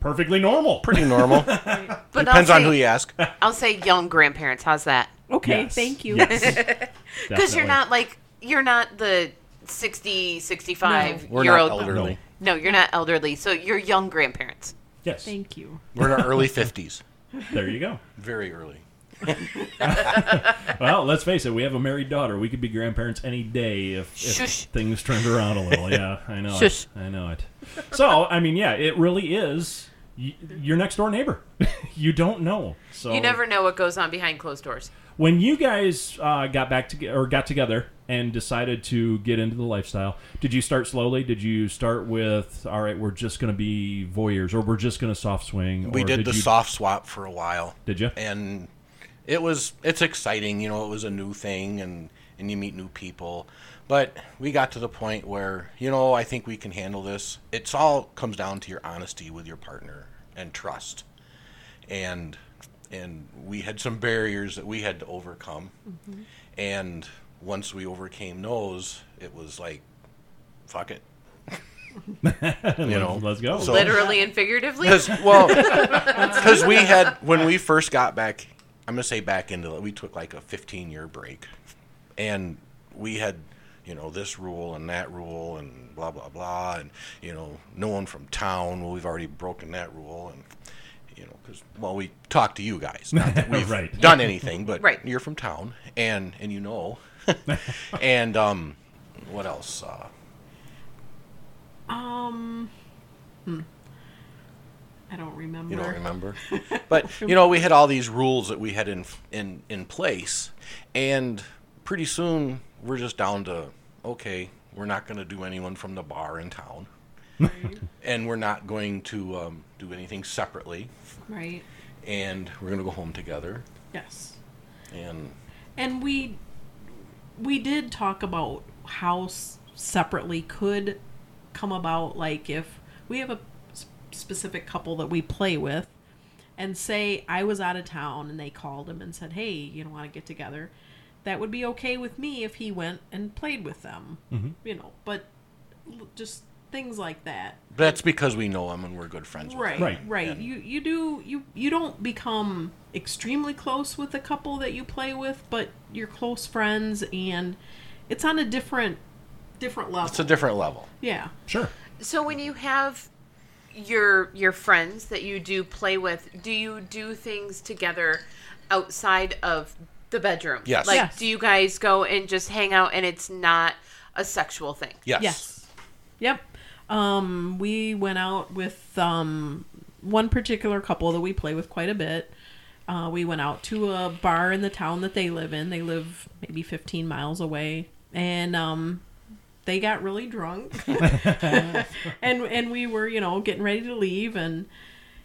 [SPEAKER 1] perfectly normal.
[SPEAKER 4] Pretty normal.
[SPEAKER 3] But
[SPEAKER 4] Depends
[SPEAKER 3] I'll say-
[SPEAKER 4] on who you ask.
[SPEAKER 3] I'll say young grandparents. How's that?
[SPEAKER 5] okay.
[SPEAKER 1] Yes.
[SPEAKER 5] Thank you.
[SPEAKER 1] Yes.
[SPEAKER 3] Because
[SPEAKER 1] Definitely.
[SPEAKER 3] you're not like you're not the 60, 65
[SPEAKER 4] We're
[SPEAKER 3] year
[SPEAKER 4] not
[SPEAKER 3] old.
[SPEAKER 4] elderly.
[SPEAKER 3] No, you're not elderly. So you're young grandparents.
[SPEAKER 1] Yes.
[SPEAKER 5] Thank you.
[SPEAKER 4] We're in our early 50s.
[SPEAKER 1] There you go.
[SPEAKER 4] Very early.
[SPEAKER 1] Well, let's face it. We have a married daughter. We could be grandparents any day if, if
[SPEAKER 3] Shush.
[SPEAKER 1] things turned around a little. Yeah, I know.
[SPEAKER 3] Shush.
[SPEAKER 1] It. I know it. So, I mean, yeah, it really is y- your next door neighbor. you don't know. So
[SPEAKER 4] Oh.
[SPEAKER 3] You never know what goes on behind closed doors.
[SPEAKER 1] when you guys uh, got back to or got together and decided to get into the lifestyle did you start slowly did you start with all right we're just going to be voyeurs or we're just going to soft swing
[SPEAKER 4] We
[SPEAKER 1] or
[SPEAKER 4] did, the
[SPEAKER 1] you,
[SPEAKER 4] soft swap for a while.
[SPEAKER 1] did you
[SPEAKER 4] and it was it's exciting you know it was a new thing and and you meet new people but we got to the point where you know i think we can handle this it's all comes down to your honesty with your partner and trust and and we had some barriers that we had to overcome and once we overcame those it was like fuck it you know
[SPEAKER 1] let's go.
[SPEAKER 4] so,
[SPEAKER 3] Literally and figuratively.
[SPEAKER 4] because well, because we had when we first got back, I'm gonna say back into it. We took like a 15 year break, and we had you know this rule and that rule and blah blah blah, and you know no one from town. Well, we've already broken that rule, and you know, because well, we talk to you guys. Not that we've
[SPEAKER 1] Right.
[SPEAKER 4] done anything, but
[SPEAKER 3] Right.
[SPEAKER 4] you're from town, and and you know, and um, what else? Uh,
[SPEAKER 5] Um, hmm. I don't remember.
[SPEAKER 4] you don't remember, but you know, we had all these rules that we had in in in place, and pretty soon we're just down to okay, we're not going to do anyone from the bar in town, and we're not going to um, do anything separately,
[SPEAKER 5] Right.
[SPEAKER 4] and we're going to go home together,
[SPEAKER 5] Yes.
[SPEAKER 4] and
[SPEAKER 5] And we we did talk about how s- separately could come about like if we have a s- specific couple that we play with and say I was out of town and they called him and said, "Hey, you don't want to get together." That would be okay with me if he went and played with them. You know, but l- just things like that.
[SPEAKER 4] that's because we know him and we're good friends. With him.
[SPEAKER 5] right
[SPEAKER 1] Right.
[SPEAKER 5] right, you you do you you don't become extremely close with the couple that you play with but you're close friends and it's on a different different level
[SPEAKER 4] It's a different level.
[SPEAKER 5] yeah
[SPEAKER 1] Sure.
[SPEAKER 3] So when you have your your friends that you do play with, do you do things together outside of the bedroom?
[SPEAKER 4] Yes.
[SPEAKER 3] Like
[SPEAKER 5] Yes.
[SPEAKER 3] do you guys go and just hang out and it's not a sexual thing?
[SPEAKER 4] Yes.
[SPEAKER 5] yes yep um we went out with um one particular couple that we play with quite a bit uh, we went out to a bar in the town that they live in they live maybe 15 miles away and um they got really drunk and and we were you know getting ready to leave and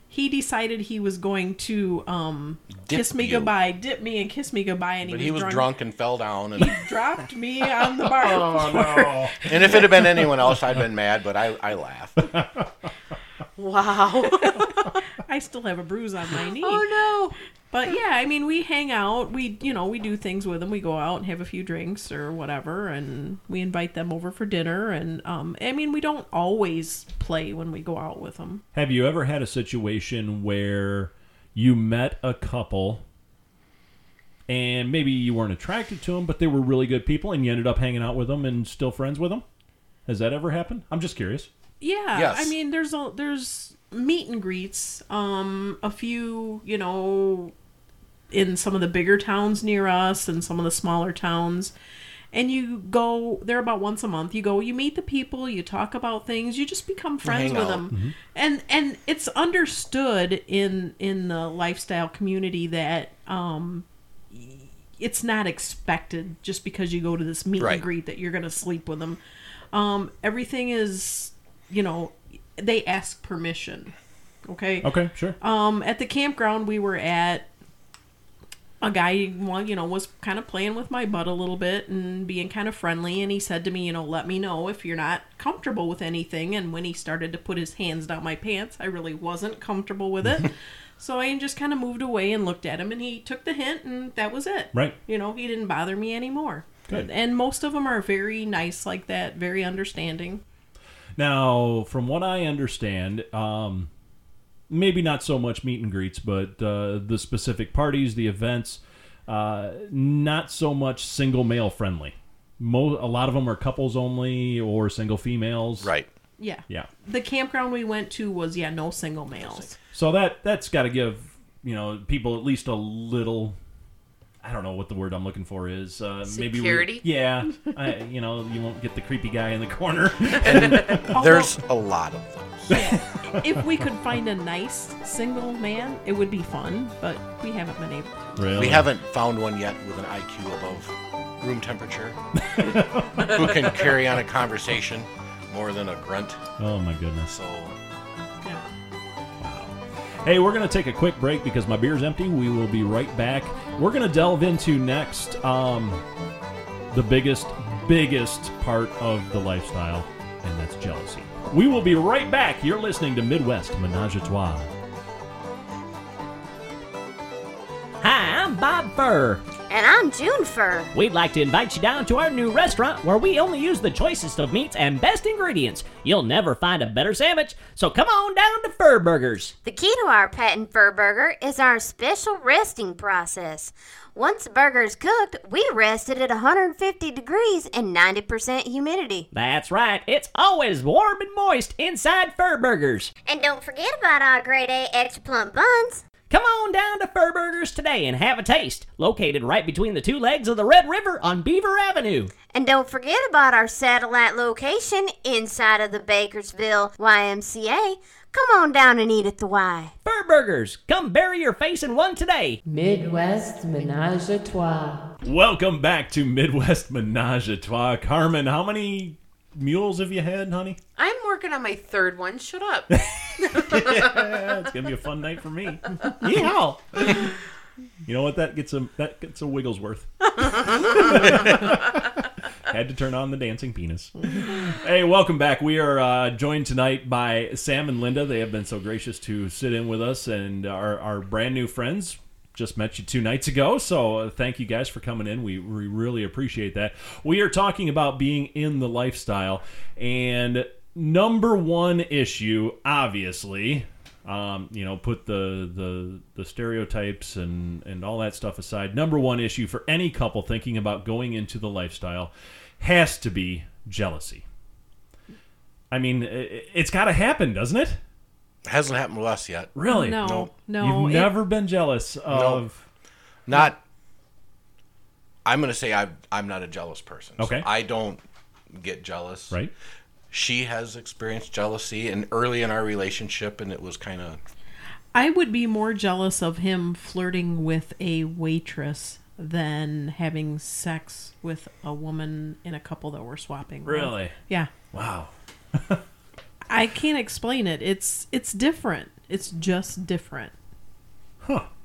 [SPEAKER 5] he decided he was going to um
[SPEAKER 4] Dip
[SPEAKER 5] kiss me
[SPEAKER 4] you.
[SPEAKER 5] goodbye dip me and kiss me goodbye and
[SPEAKER 4] But
[SPEAKER 5] he,
[SPEAKER 4] he was drunk and fell down, and,
[SPEAKER 5] dropped me on the bar floor.
[SPEAKER 1] no.
[SPEAKER 4] and if it had been anyone else, I'd been mad. But I, I laughed.
[SPEAKER 3] Wow.
[SPEAKER 5] i still have a bruise on my knee
[SPEAKER 3] oh
[SPEAKER 5] But yeah, I mean, we hang out. We, you know, we do things with them. We go out and have a few drinks or whatever, and we invite them over for dinner. And um, I mean, we don't always play when we go out with them.
[SPEAKER 1] Have you ever had a situation where you met a couple and maybe you weren't attracted to them, but they were really good people and you ended up hanging out with them and still friends with them? Has that ever happened? I'm just curious.
[SPEAKER 5] Yeah,
[SPEAKER 4] Yes.
[SPEAKER 5] I mean, there's a there's meet and greets. Um, a few, you know, in some of the bigger towns near us and some of the smaller towns. And you go there about once a month. You go, you meet the people, you talk about things, you just become friends
[SPEAKER 4] hang
[SPEAKER 5] with
[SPEAKER 4] out. Mm-hmm.
[SPEAKER 5] them, and and it's understood in in the lifestyle community that um, it's not expected just because you go to this meet
[SPEAKER 4] Right.
[SPEAKER 5] and greet that you're going to sleep with them. Um, everything is, you know, they ask permission. Okay.
[SPEAKER 1] Okay, sure.
[SPEAKER 5] Um, at the campground we were at, a guy, well, you know, was kind of playing with my butt a little bit and being kind of friendly. And he said to me, you know, let me know if you're not comfortable with anything. And when he started to put his hands down my pants, I really wasn't comfortable with it. so I just kind of moved away and looked at him, and he took the hint, and that was it.
[SPEAKER 1] Right.
[SPEAKER 5] You know, he didn't bother me anymore.
[SPEAKER 1] Good.
[SPEAKER 5] And most of them are very nice like that, very understanding.
[SPEAKER 1] Now, from what I understand, um, maybe not so much meet and greets, but uh, the specific parties, the events, uh, not so much single male friendly. Mo- a lot of them are couples only or single females.
[SPEAKER 4] Right.
[SPEAKER 5] Yeah.
[SPEAKER 1] Yeah.
[SPEAKER 5] The campground we went to was, yeah, no single males.
[SPEAKER 1] So that that's got to give you know people at least a little. I don't know what the word I'm looking for is. Uh, maybe we-
[SPEAKER 3] Security?
[SPEAKER 1] yeah, I, you know you won't get the creepy guy in the corner.
[SPEAKER 4] There's a lot of those.
[SPEAKER 5] if we could find a nice single man, it would be fun, but we haven't been able to.
[SPEAKER 1] really?
[SPEAKER 4] We haven't found one yet with an IQ above room temperature who can carry on a conversation more than a grunt.
[SPEAKER 1] Oh my goodness.
[SPEAKER 4] So
[SPEAKER 1] Hey, we're going to take a quick break because my beer's empty. We will be right back. We're going to delve into next um, the biggest, biggest part of the lifestyle, and that's jealousy. We will be right back. You're listening to Midwest Menage a Trois. Hi, I'm Bob Furr.
[SPEAKER 6] And I'm June Fur.
[SPEAKER 7] We'd like to invite you down to our new restaurant where we only use the choicest of meats and best ingredients. You'll never find a better sandwich, so come on down to Fur Burgers.
[SPEAKER 6] The key to our patent fur burger is our special resting process. Once the burger's cooked, we rest it at 150 degrees and 90% humidity.
[SPEAKER 7] That's right, it's always warm and moist inside Fur Burgers.
[SPEAKER 6] And don't forget about our grade A extra plump buns.
[SPEAKER 7] Come on down to Fur Burgers today and have a taste. Located right between the two legs of the Red River on Beaver Avenue.
[SPEAKER 6] And don't forget about our satellite location inside of the Bakersville YMCA. Come on down and eat at the Y.
[SPEAKER 7] Fur Burgers, come bury your face in one today.
[SPEAKER 2] Midwest Menage a Trois.
[SPEAKER 1] Welcome back to Midwest Menage a Trois. Carmen, how many mules have you had, honey?
[SPEAKER 3] I'm working on my third one. Shut up.
[SPEAKER 1] Yeah, it's gonna be a fun night for me. Yeehaw! You know what? That gets a that gets a Wigglesworth. Had to turn on the dancing penis. Hey, welcome back. We are uh, joined tonight by Sam and Linda. They have been so gracious to sit in with us and our, our brand new friends. Just met you two nights ago, so uh, thank you guys for coming in. We, we really appreciate that. We are talking about being in the lifestyle, and number one issue, obviously, um, you know, put the, the the stereotypes and and all that stuff aside. Number one issue for any couple thinking about going into the lifestyle has to be jealousy. I mean, it, it's got to happen, doesn't it?
[SPEAKER 4] Hasn't happened with us yet.
[SPEAKER 1] Really?
[SPEAKER 5] No,
[SPEAKER 4] Nope.
[SPEAKER 5] no.
[SPEAKER 1] You've
[SPEAKER 5] it-
[SPEAKER 1] never been jealous of.
[SPEAKER 4] Not. I'm gonna say I I'm not a jealous person. So
[SPEAKER 1] Okay.
[SPEAKER 4] I don't get jealous.
[SPEAKER 1] Right?
[SPEAKER 4] She has experienced jealousy, and early in our relationship, and it was kind of
[SPEAKER 5] I would be more jealous of him flirting with a waitress than having sex with a woman in a couple that we're swapping. with.
[SPEAKER 1] Really?
[SPEAKER 5] Yeah.
[SPEAKER 1] Wow.
[SPEAKER 5] I can't explain it. It's it's different. It's just different.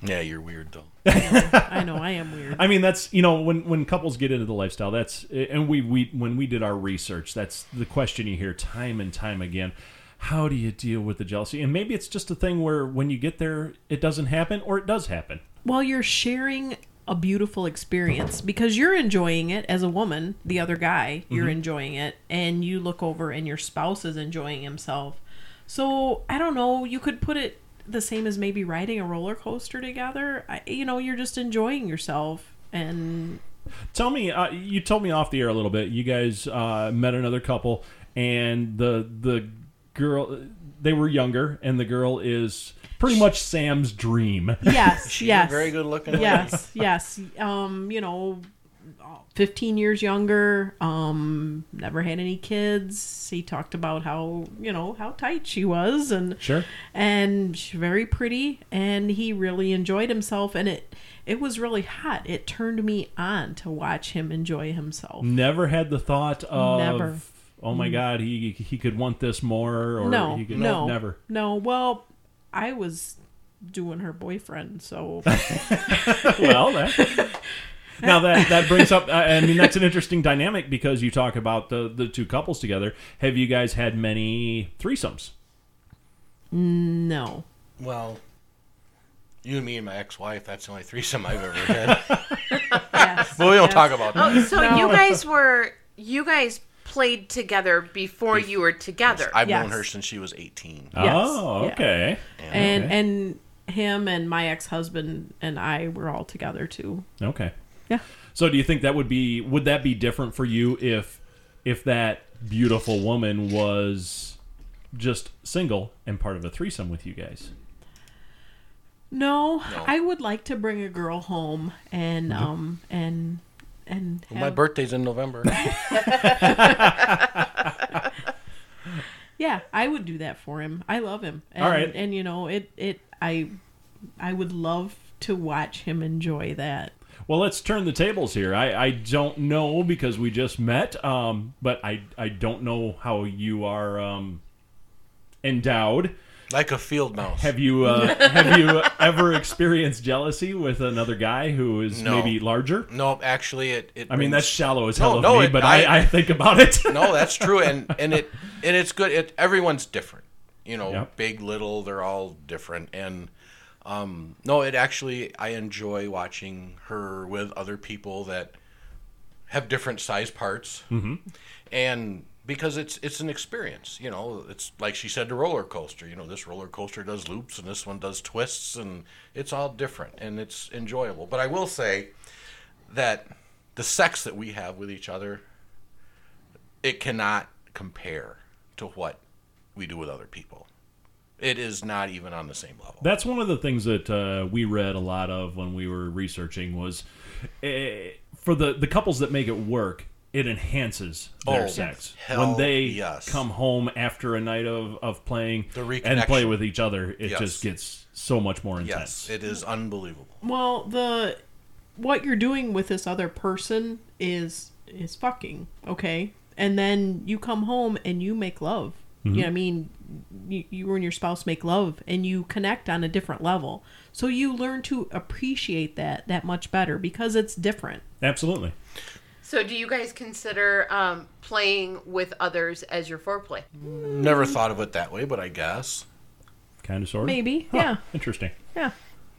[SPEAKER 4] yeah, you're weird though.
[SPEAKER 5] I know I am weird.
[SPEAKER 1] I mean, that's you know, when when couples get into the lifestyle, that's and we we when we did our research, that's the question you hear time and time again. How do you deal with the jealousy? And maybe it's just a thing where when you get there, it doesn't happen, or it does happen.
[SPEAKER 5] Well, you're sharing a beautiful experience because you're enjoying it as a woman, the other guy, you're
[SPEAKER 4] Mm-hmm.
[SPEAKER 5] enjoying it, and you look over and your spouse is enjoying himself. So, I don't know, you could put it the same as maybe riding a roller coaster together. I, you know, you're just enjoying yourself and
[SPEAKER 1] Tell me, uh, you told me off the air a little bit. You guys uh, met another couple, and the the girl they were younger, and the girl is pretty much Sam's dream.
[SPEAKER 5] yes,
[SPEAKER 4] She's
[SPEAKER 5] yes.
[SPEAKER 4] a very good looking.
[SPEAKER 5] yes yes um you know 15 years younger um never had any kids he talked about how you know how tight she was and
[SPEAKER 1] Sure.
[SPEAKER 5] and she's very pretty and he really enjoyed himself and it it was really hot it turned me on to watch him enjoy himself
[SPEAKER 1] Never had the thought of.
[SPEAKER 5] Never. Mm.
[SPEAKER 1] Oh my God, he he could want this more, or
[SPEAKER 5] no
[SPEAKER 1] he could
[SPEAKER 5] no
[SPEAKER 1] never.
[SPEAKER 5] no well i was doing her boyfriend so
[SPEAKER 1] well, that- now that that brings up. I I mean, that's an interesting dynamic because you talk about the the two couples together. Have you guys had many threesomes?
[SPEAKER 5] no
[SPEAKER 4] Well, you and me and my ex-wife. That's the only threesome I've ever had.
[SPEAKER 5] yes Oh,
[SPEAKER 4] but we don't talk about that.
[SPEAKER 3] so you guys were you guys played together before you were together.
[SPEAKER 4] I've known
[SPEAKER 5] Yes.
[SPEAKER 4] her since she was 18.
[SPEAKER 5] Yes.
[SPEAKER 1] Oh,
[SPEAKER 5] Yeah.
[SPEAKER 1] okay.
[SPEAKER 5] and
[SPEAKER 1] Okay.
[SPEAKER 5] and him and my ex-husband and I were all together too.
[SPEAKER 1] Okay.
[SPEAKER 5] Yeah.
[SPEAKER 1] So do you think that would be would that be different for you if if that beautiful woman was just single and part of a threesome with you guys?
[SPEAKER 5] No, I would like to bring a girl home and
[SPEAKER 1] Mm-hmm.
[SPEAKER 5] um and and
[SPEAKER 4] Well, my
[SPEAKER 5] have-
[SPEAKER 4] birthday's in November.
[SPEAKER 5] yeah, I would do that for him. I love him. And,
[SPEAKER 1] All right.
[SPEAKER 5] and you know it it I I would love to watch him enjoy that.
[SPEAKER 1] Well, let's turn the tables here. I, I don't know because we just met, um, but I I don't know how you are um, endowed.
[SPEAKER 4] like a field mouse.
[SPEAKER 1] Have you uh, have you ever experienced jealousy with another guy who is
[SPEAKER 4] No.
[SPEAKER 1] maybe larger?
[SPEAKER 4] no, actually, it. it
[SPEAKER 1] I mean,
[SPEAKER 4] brings-
[SPEAKER 1] that's shallow as hell
[SPEAKER 4] No,
[SPEAKER 1] of
[SPEAKER 4] no,
[SPEAKER 1] me,
[SPEAKER 4] it-
[SPEAKER 1] but I, I,
[SPEAKER 4] I-
[SPEAKER 1] think about it.
[SPEAKER 4] no, that's true, and and it and it's good. It everyone's different, you know,
[SPEAKER 1] Yep.
[SPEAKER 4] big, little, they're all different, and Um, no, it actually I enjoy watching her with other people that have different size parts, mm-hmm. and because it's it's an experience. You know, it's like she said, the roller coaster. You know, this roller coaster does loops, and this one does twists, and it's all different, and it's enjoyable. But I will say that the sex that we have with each other, it cannot compare to what we do with other people. It is not even on the same level.
[SPEAKER 1] That's one of the things that uh, we read a lot of when we were researching was eh, for the, the couples that make it work, it enhances their
[SPEAKER 4] Oh,
[SPEAKER 1] sex
[SPEAKER 4] hell
[SPEAKER 1] when they
[SPEAKER 4] yes.
[SPEAKER 1] come home after a night of, of playing
[SPEAKER 4] The
[SPEAKER 1] and play
[SPEAKER 4] reconnection.
[SPEAKER 1] with each other. It
[SPEAKER 4] Yes.
[SPEAKER 1] just gets so much more intense.
[SPEAKER 4] Yes, it is unbelievable.
[SPEAKER 5] Well, the what you're doing with this other person is is fucking okay, and then you come home and you make love.
[SPEAKER 1] Mm-hmm.
[SPEAKER 5] You know what I mean? You, you and your spouse make love, and you connect on a different level. So you learn to appreciate that that much better because it's different.
[SPEAKER 1] Absolutely.
[SPEAKER 3] So, do you guys consider um, playing with others as your foreplay?
[SPEAKER 4] Never thought of it that way, but I guess
[SPEAKER 1] Kind of sort of.
[SPEAKER 5] Maybe,
[SPEAKER 1] Huh,
[SPEAKER 5] yeah,
[SPEAKER 1] Interesting.
[SPEAKER 5] yeah.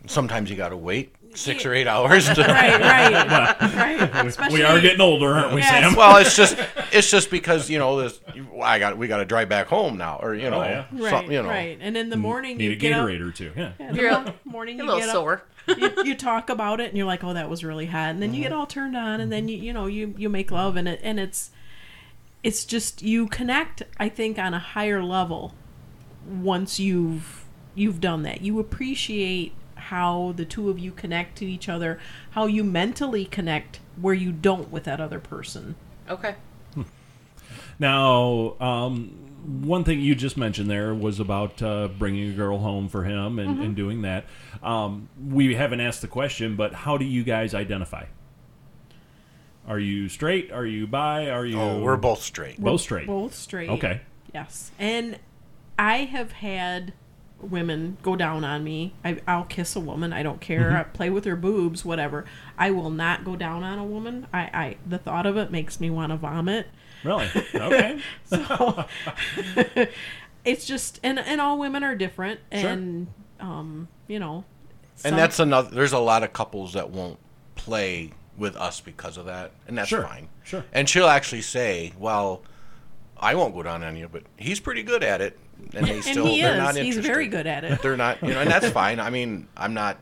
[SPEAKER 4] sometimes you got to wait six or eight hours. To,
[SPEAKER 5] Right, right, right. Especially,
[SPEAKER 1] we are getting older, aren't we,
[SPEAKER 5] Yes.
[SPEAKER 1] Sam?
[SPEAKER 4] well, it's just it's just because you know this. well, I got we got to drive back home now, or you know,
[SPEAKER 1] Oh, yeah.
[SPEAKER 5] right,
[SPEAKER 4] some- you know.
[SPEAKER 5] right. And in the morning,
[SPEAKER 1] Need
[SPEAKER 5] you
[SPEAKER 1] a
[SPEAKER 5] get up-
[SPEAKER 1] Gatorade or two. Yeah.
[SPEAKER 5] in the
[SPEAKER 3] You're
[SPEAKER 5] mo- morning,
[SPEAKER 3] You're
[SPEAKER 5] you
[SPEAKER 3] a little
[SPEAKER 5] get up,
[SPEAKER 3] sore.
[SPEAKER 5] you, you talk about it and you're like, oh, that was really hot, and then you get all turned on, and then you you know you you make love, and it and it's it's just you connect, I think, on a higher level once you've you've done that. You appreciate how the two of you connect to each other, how you mentally connect where you don't with that other person.
[SPEAKER 3] Okay.
[SPEAKER 1] Now, um, one thing you just mentioned there was about uh, bringing a girl home for him and, and doing that. Um, we haven't asked the question, but how do you guys identify? Are you straight? Are you bi? Are you?
[SPEAKER 4] Oh, we're both straight.
[SPEAKER 1] both straight.
[SPEAKER 5] Both straight.
[SPEAKER 1] Okay.
[SPEAKER 5] Yes. And I have had women go down on me. I, I'll kiss a woman. I don't care.
[SPEAKER 1] Mm-hmm.
[SPEAKER 5] I play with her boobs, whatever. I will not go down on a woman. I, I the thought of it makes me want to vomit.
[SPEAKER 1] Really? Okay.
[SPEAKER 5] So it's just and and all women are different and um you know
[SPEAKER 4] and
[SPEAKER 5] some-
[SPEAKER 4] that's another. There's a lot of couples that won't play with us because of that, and that's
[SPEAKER 1] Sure,
[SPEAKER 4] fine.
[SPEAKER 1] sure.
[SPEAKER 4] And she'll actually say, "Well, I won't go down on you, but he's pretty good at it." And they
[SPEAKER 5] and
[SPEAKER 4] still
[SPEAKER 5] he
[SPEAKER 4] they're not
[SPEAKER 5] is. He's
[SPEAKER 4] interested.
[SPEAKER 5] very good at it.
[SPEAKER 4] They're not, you know, and that's fine. I mean, I'm not.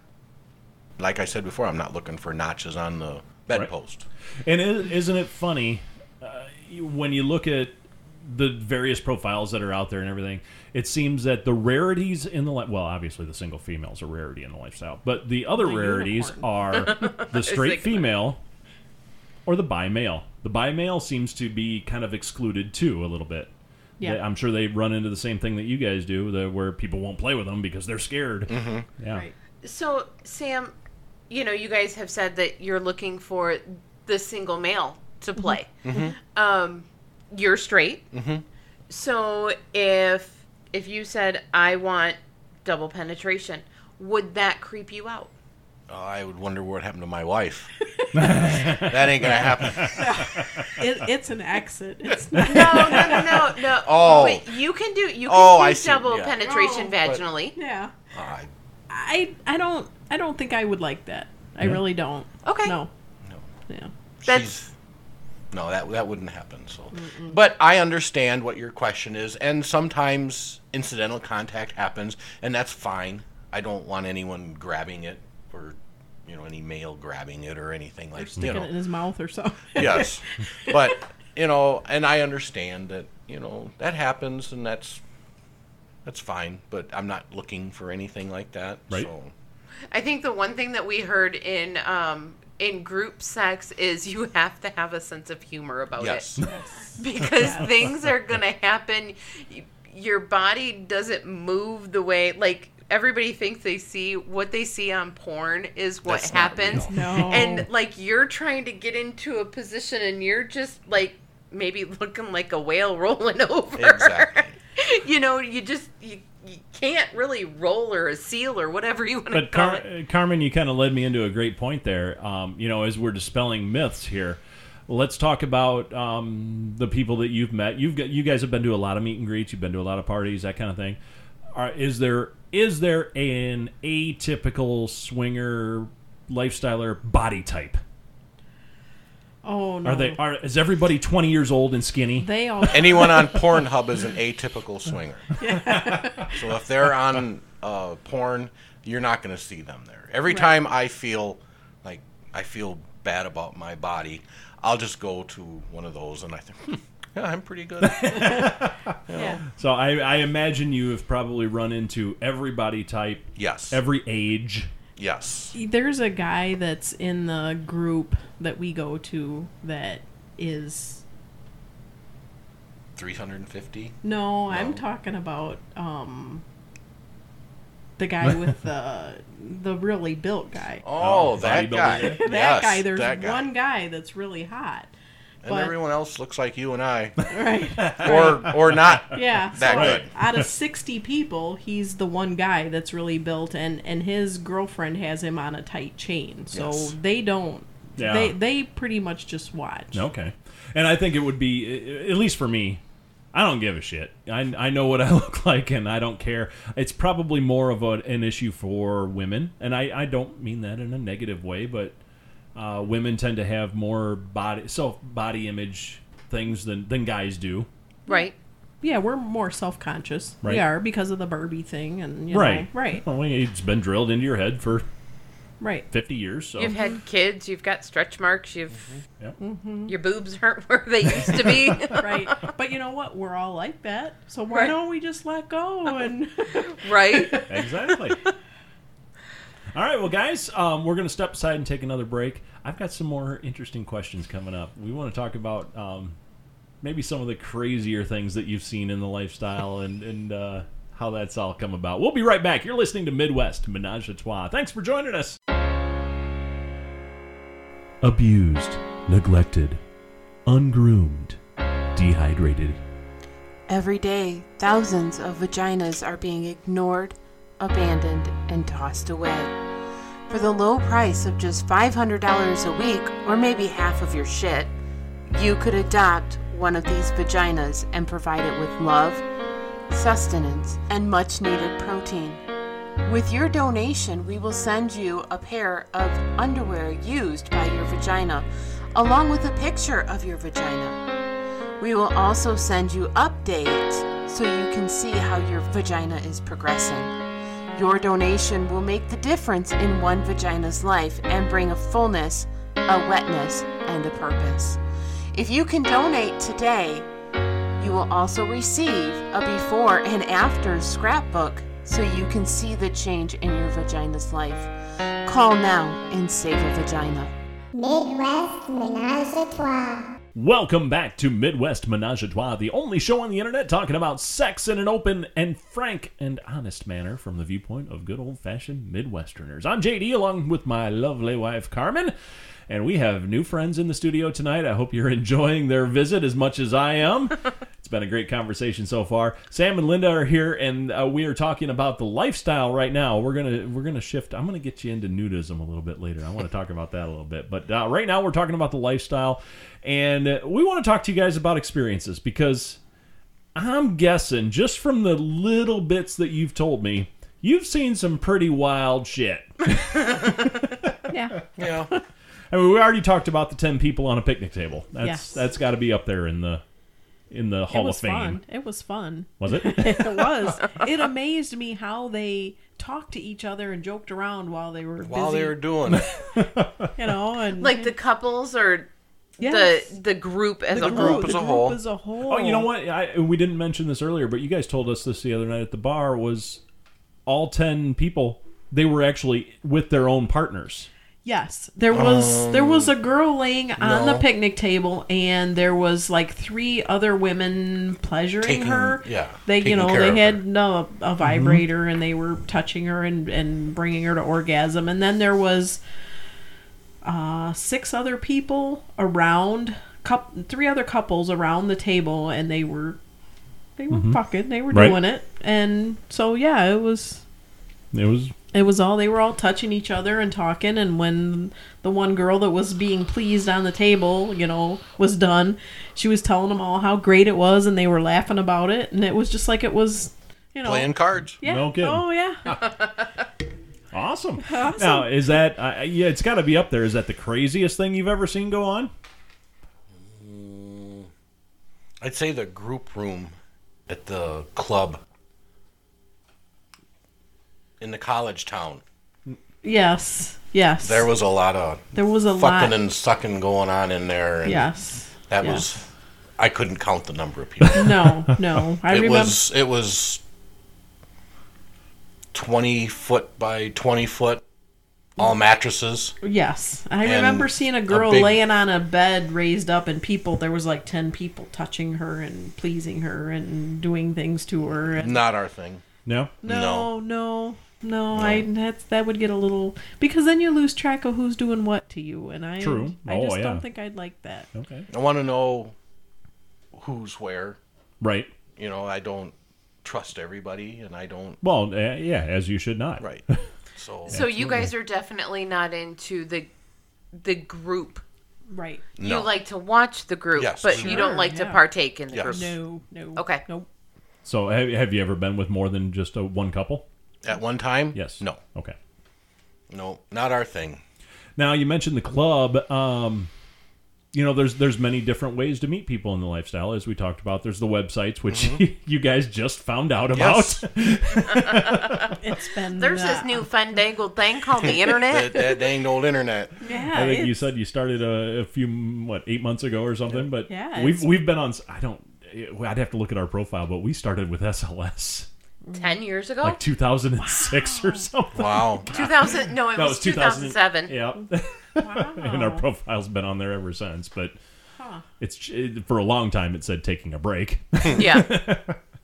[SPEAKER 4] Like I said before, I'm not looking for notches on the bedpost.
[SPEAKER 1] And is isn't it funny uh, you- when you look at the various profiles that are out there and everything? It seems that the rarities in the li- well, obviously the single female is a rarity in the lifestyle, but the other rarities are the straight female or the bi male. The bi male seems to be kind of excluded too a little bit.
[SPEAKER 5] Yeah.
[SPEAKER 1] They- I'm sure they run into the same thing that you guys do, that where people won't play with them because they're scared. Yeah,
[SPEAKER 5] Right.
[SPEAKER 3] So, Sam, you know, you guys have said that you're looking for the single male to play. Um, you're straight. So, if if you said I want double penetration, would that creep you out?
[SPEAKER 4] Oh, I would wonder what happened to my wife. that ain't gonna happen.
[SPEAKER 5] It, it's an exit. It's
[SPEAKER 3] No, no, no, no, no.
[SPEAKER 4] Oh.
[SPEAKER 3] Wait, you can do you can
[SPEAKER 4] Oh,
[SPEAKER 3] do
[SPEAKER 4] I see,
[SPEAKER 3] double
[SPEAKER 4] yeah.
[SPEAKER 3] penetration
[SPEAKER 5] Oh,
[SPEAKER 4] but-
[SPEAKER 3] vaginally.
[SPEAKER 5] yeah.
[SPEAKER 4] I
[SPEAKER 5] I I don't I don't think I would like that. I
[SPEAKER 1] Yeah.
[SPEAKER 5] really don't.
[SPEAKER 3] Okay.
[SPEAKER 5] No.
[SPEAKER 4] no.
[SPEAKER 5] Yeah.
[SPEAKER 3] That's-
[SPEAKER 4] She's- no, that that wouldn't happen. So, but I understand what your question is, and sometimes incidental contact happens, and that's fine. I don't want anyone grabbing it or, you know, any male grabbing it or anything like you
[SPEAKER 5] Get
[SPEAKER 4] know.
[SPEAKER 5] it in his mouth or so.
[SPEAKER 4] yes but you know and i understand that you know that happens and that's that's fine but i'm not looking for anything like that
[SPEAKER 1] Right.
[SPEAKER 4] so
[SPEAKER 3] I think the one thing that we heard in um, in group sex is you have to have a sense of humor about
[SPEAKER 4] yes
[SPEAKER 3] it because things are going to happen. Y- Your body doesn't move the way like everybody thinks they see what they see on porn is what
[SPEAKER 4] That's not
[SPEAKER 3] happens.
[SPEAKER 4] real.
[SPEAKER 5] No.
[SPEAKER 3] And like you're trying to get into a position and you're just like maybe looking like a whale rolling over.
[SPEAKER 4] Exactly.
[SPEAKER 3] you know, you just you, you can't really roll or a seal or whatever you want to
[SPEAKER 1] But
[SPEAKER 3] call
[SPEAKER 1] Car-
[SPEAKER 3] it.
[SPEAKER 1] uh, Carmen, you kind of led me into a great point there. Um, you know, as we're dispelling myths here, let's talk about um, the people that you've met. You've got you guys have been to a lot of meet and greets. You've been to a lot of parties, that kind of thing. are, is there is there an atypical swinger lifestyler body type?
[SPEAKER 5] Oh no.
[SPEAKER 1] Are they are is everybody twenty years old and skinny?
[SPEAKER 5] They all.
[SPEAKER 4] Anyone on Pornhub is an atypical swinger. so if they're on uh, porn, you're not going to see them there. Every time I feel like I feel bad about my body, I'll just go to one of those and I think, hmm, yeah, I'm pretty good.
[SPEAKER 1] So I, I imagine you have probably run into every body type,
[SPEAKER 4] yes.
[SPEAKER 1] every age.
[SPEAKER 4] yes.
[SPEAKER 5] There's a guy that's in the group that we go to that is
[SPEAKER 4] 350.
[SPEAKER 5] no. I'm talking about um. The guy with the the really built guy.
[SPEAKER 4] Oh,
[SPEAKER 1] Oh,
[SPEAKER 4] that
[SPEAKER 1] bodybuilder
[SPEAKER 4] guy.
[SPEAKER 1] guy?
[SPEAKER 5] that
[SPEAKER 4] Yes,
[SPEAKER 5] guy. There's
[SPEAKER 4] that guy.
[SPEAKER 5] one guy that's really hot.
[SPEAKER 4] And
[SPEAKER 5] but-
[SPEAKER 4] everyone else looks like you and I.
[SPEAKER 5] Right.
[SPEAKER 4] Or, or not.
[SPEAKER 5] Yeah.
[SPEAKER 4] That
[SPEAKER 5] so
[SPEAKER 4] good.
[SPEAKER 5] out of 60 people, he's the one guy that's really built and and his girlfriend has him on a tight chain. So
[SPEAKER 4] Yes.
[SPEAKER 5] they don't
[SPEAKER 1] Yeah.
[SPEAKER 5] they they pretty much just watch.
[SPEAKER 1] Okay. And I think it would be, at least for me, I don't give a shit. I, I know what I look like and I don't care. It's probably more of a, an issue for women. And I, I don't mean that in a negative way, but uh, women tend to have more body self body image things than, than guys do.
[SPEAKER 8] Right.
[SPEAKER 5] Yeah, we're more self-conscious.
[SPEAKER 1] Right.
[SPEAKER 5] We are because of the Barbie thing and you
[SPEAKER 1] Right.
[SPEAKER 5] know, right.
[SPEAKER 1] Well, it's been drilled into your head for
[SPEAKER 5] Right.
[SPEAKER 1] 50 years. So.
[SPEAKER 8] You've had kids. You've got stretch marks. You've
[SPEAKER 1] Yep.
[SPEAKER 8] your boobs aren't where they used to be.
[SPEAKER 5] Right. But you know what? We're all like that. So why
[SPEAKER 8] Right.
[SPEAKER 5] don't we just let go and
[SPEAKER 8] right.
[SPEAKER 1] exactly. All right, well, guys, um, we're going to step aside and take another break. I've got some more interesting questions coming up. We want to talk about um, maybe some of the crazier things that you've seen in the lifestyle and, and uh, how that's all come about. We'll be right back. You're listening to Midwest Menage a Trois. Thanks for joining us. Abused, neglected, ungroomed, dehydrated.
[SPEAKER 3] Every day, thousands of vaginas are being ignored, abandoned, and tossed away. For the low price of just $500 a week, or maybe half of your shit, you could adopt one of these vaginas and provide it with love, sustenance, and much needed protein. With your donation, we will send you a pair of underwear used by your vagina, along with a picture of your vagina. We will also send you updates so you can see how your vagina is progressing. Your donation will make the difference in one vagina's life and bring a fullness, a wetness, and a purpose. If you can donate today, you will also receive a before and after scrapbook so you can see the change in your vagina's life. Call now and save a vagina.
[SPEAKER 9] Midwest Menage a Trois.
[SPEAKER 1] Welcome back to Midwest Menage a Trois, the only show on the internet talking about sex in an open and frank and honest manner from the viewpoint of good old fashioned Midwesterners. I'm JD along with my lovely wife Carmen, and we have new friends in the studio tonight. I hope you're enjoying their visit as much as I am. it's been a great conversation so far. Sam and Linda are here, and uh, we are talking about the lifestyle right now. We're gonna we're gonna shift. I'm gonna get you into nudism a little bit later. I want to talk about that a little bit, but uh, right now we're talking about the lifestyle, and uh, we want to talk to you guys about experiences because I'm guessing just from the little bits that you've told me, you've seen some pretty wild shit.
[SPEAKER 4] Yeah.
[SPEAKER 1] I mean, we already talked about the ten people on a picnic table. That's
[SPEAKER 5] Yes.
[SPEAKER 1] that's got to be up there in the in the
[SPEAKER 5] it
[SPEAKER 1] Hall
[SPEAKER 5] was
[SPEAKER 1] of Fame.
[SPEAKER 5] fun. It was fun.
[SPEAKER 1] Was it?
[SPEAKER 5] it was. It amazed me how they talked to each other and joked around while they were
[SPEAKER 4] While
[SPEAKER 5] busy,
[SPEAKER 4] they were doing it.
[SPEAKER 5] you know, and
[SPEAKER 8] Like the couples or
[SPEAKER 5] Yes.
[SPEAKER 8] the the group as a whole.
[SPEAKER 4] group. as a
[SPEAKER 5] Oh, the
[SPEAKER 4] whole.
[SPEAKER 5] Group as a whole.
[SPEAKER 1] Oh, you know what? I, we didn't mention this earlier, but you guys told us this the other night at the bar was all 10 people, they were actually with their own partners.
[SPEAKER 5] Yes, there was there was
[SPEAKER 4] Um,
[SPEAKER 5] a girl laying on the picnic table, and there was like three other women pleasuring
[SPEAKER 4] Taking-
[SPEAKER 5] her.
[SPEAKER 4] yeah,
[SPEAKER 5] they you
[SPEAKER 4] taking
[SPEAKER 5] know
[SPEAKER 4] care
[SPEAKER 5] they
[SPEAKER 4] of Mm-hmm.
[SPEAKER 5] had uh, a vibrator and they were touching her and and bringing her to orgasm, and then there was uh, six other people around, coup three other couples around the table, and they were they were
[SPEAKER 4] Mm-hmm.
[SPEAKER 5] fucking, they were
[SPEAKER 1] Right.
[SPEAKER 5] doing it, and so yeah, it was
[SPEAKER 1] It was
[SPEAKER 5] it was all they were all touching each other and talking and when the one girl that was being pleased on the table you know was done she was telling them all how great it was and they were laughing about it and it was just like it was you know,
[SPEAKER 4] playing cards.
[SPEAKER 5] Yeah.
[SPEAKER 1] No kidding.
[SPEAKER 5] Oh yeah.
[SPEAKER 1] Awesome. Now, is that uh, yeah? It's got to be up there. Is that the craziest thing you've ever seen go on?
[SPEAKER 4] I'd say the group room at the club in the college town.
[SPEAKER 5] Yes. Yes.
[SPEAKER 4] There was a lot of
[SPEAKER 5] There was a
[SPEAKER 4] fucking
[SPEAKER 5] lot.
[SPEAKER 4] and sucking going on in there. And
[SPEAKER 5] yes.
[SPEAKER 4] That
[SPEAKER 5] yeah.
[SPEAKER 4] was. I couldn't count the number of people.
[SPEAKER 5] No. No. I
[SPEAKER 4] it
[SPEAKER 5] remember.
[SPEAKER 4] was it was twenty foot by twenty foot,
[SPEAKER 5] Mm.
[SPEAKER 4] all mattresses.
[SPEAKER 5] Yes, I
[SPEAKER 4] And
[SPEAKER 5] remember seeing a girl
[SPEAKER 4] big-
[SPEAKER 5] laying on a bed raised up, and people there was like ten people touching her and pleasing her and doing things to her. And
[SPEAKER 4] Not our thing.
[SPEAKER 1] No.
[SPEAKER 5] no, no, no, I that's that would get a little because then you lose track of who's doing what to you, and I
[SPEAKER 1] True.
[SPEAKER 5] I
[SPEAKER 1] Oh,
[SPEAKER 5] just
[SPEAKER 1] yeah.
[SPEAKER 5] don't think I'd like that.
[SPEAKER 1] Okay.
[SPEAKER 4] I want to know who's where.
[SPEAKER 1] Right.
[SPEAKER 4] You know, I don't trust everybody, and I don't
[SPEAKER 1] Well, uh, yeah, as you should not.
[SPEAKER 4] right. So
[SPEAKER 8] So you guys are definitely not into the the group.
[SPEAKER 5] Right?
[SPEAKER 4] no,
[SPEAKER 8] You like to watch the group,
[SPEAKER 4] Yes,
[SPEAKER 8] but
[SPEAKER 4] we
[SPEAKER 8] you
[SPEAKER 4] do.
[SPEAKER 8] don't like to
[SPEAKER 5] yeah.
[SPEAKER 8] partake in the
[SPEAKER 4] Yes.
[SPEAKER 8] group.
[SPEAKER 5] No, no.
[SPEAKER 8] Okay.
[SPEAKER 5] Nope.
[SPEAKER 1] So, have, have you ever been with more than just a one couple?
[SPEAKER 4] at one time.
[SPEAKER 1] Yes.
[SPEAKER 4] No.
[SPEAKER 1] Okay.
[SPEAKER 4] No. Not our thing.
[SPEAKER 1] Now you mentioned the club. Um, you know, there's there's many different ways to meet people in the lifestyle, as we talked about. There's the websites, which you guys just found out about.
[SPEAKER 4] Yes.
[SPEAKER 5] It's been
[SPEAKER 8] There's
[SPEAKER 5] uh,
[SPEAKER 8] this new fandangled thing called the internet.
[SPEAKER 4] that, that dang old internet.
[SPEAKER 5] Yeah,
[SPEAKER 1] I think you
[SPEAKER 5] it's-
[SPEAKER 1] said you started a, a few what eight months ago or something, but
[SPEAKER 5] Yeah,
[SPEAKER 1] we've
[SPEAKER 5] it's-
[SPEAKER 1] we've been on. s- I don't. eh, I'd have to look at our profile, but we started with SLS
[SPEAKER 8] Ten years
[SPEAKER 3] Oh,
[SPEAKER 8] ago,
[SPEAKER 1] like 2006 or something.
[SPEAKER 4] Wow.
[SPEAKER 8] 2000. No, it
[SPEAKER 1] No,
[SPEAKER 8] was
[SPEAKER 1] 2000
[SPEAKER 8] 2007.
[SPEAKER 1] Yeah. and our profile's been on there ever since. But it's it, for a long time it said taking a break.
[SPEAKER 8] yeah.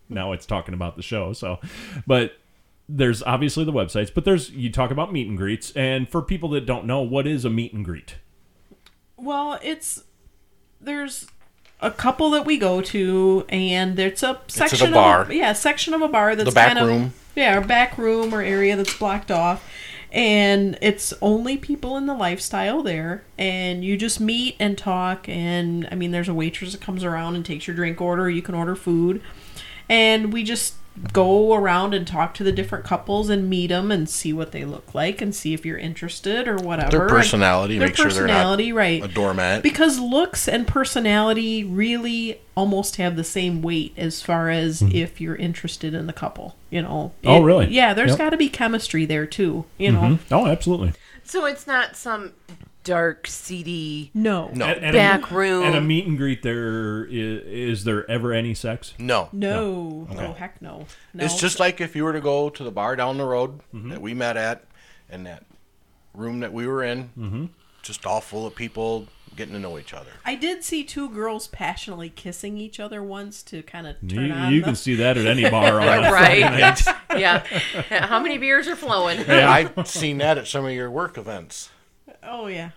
[SPEAKER 1] now it's talking about the show. So, but there's obviously the websites, but there's you talk about meet and greets, and for people that don't know, what is a meet and greet?
[SPEAKER 5] Well, it's there's a couple that we go to, and there's a section of
[SPEAKER 4] bar.
[SPEAKER 5] yeah, a section of a bar that's
[SPEAKER 4] The back
[SPEAKER 5] kind of
[SPEAKER 4] room.
[SPEAKER 5] yeah, or back room or area that's blocked off, and it's only people in the lifestyle there, and you just meet and talk, and I mean, there's a waitress that comes around and takes your drink order. You can order food, and we just go around and talk to the different couples and meet them and see what they look like and see if you're interested or whatever.
[SPEAKER 4] Their
[SPEAKER 5] And
[SPEAKER 4] personality.
[SPEAKER 5] Their
[SPEAKER 4] make sure they're not
[SPEAKER 5] personality, right?
[SPEAKER 4] a doormat.
[SPEAKER 5] because looks and personality really almost have the same weight as far as if you're interested in the couple you know
[SPEAKER 1] Hmm. Oh, really?
[SPEAKER 5] yeah there's
[SPEAKER 1] Yep.
[SPEAKER 5] got to be chemistry there too you know
[SPEAKER 1] Oh, absolutely.
[SPEAKER 8] So it's not some dark, seedy.
[SPEAKER 5] no
[SPEAKER 4] no.
[SPEAKER 1] At, at
[SPEAKER 8] Back
[SPEAKER 1] a,
[SPEAKER 8] room.
[SPEAKER 1] At a meet and greet, there is, is there ever any sex?
[SPEAKER 4] no.
[SPEAKER 5] no no heck no no
[SPEAKER 4] It's just like if you were to go to the bar down the road
[SPEAKER 1] Mm-hmm.
[SPEAKER 4] that we met at, and that room that we were in,
[SPEAKER 1] Mm-hmm.
[SPEAKER 4] just all full of people getting to know each other.
[SPEAKER 5] i did see two girls passionately kissing each other once to kind of
[SPEAKER 1] You,
[SPEAKER 5] turn on
[SPEAKER 1] you
[SPEAKER 5] the-
[SPEAKER 1] can see that at any bar. on a
[SPEAKER 8] Right.
[SPEAKER 1] Friday night.
[SPEAKER 8] Yeah. How many beers are flowing?
[SPEAKER 4] I've seen that at some of your work events.
[SPEAKER 5] oh yeah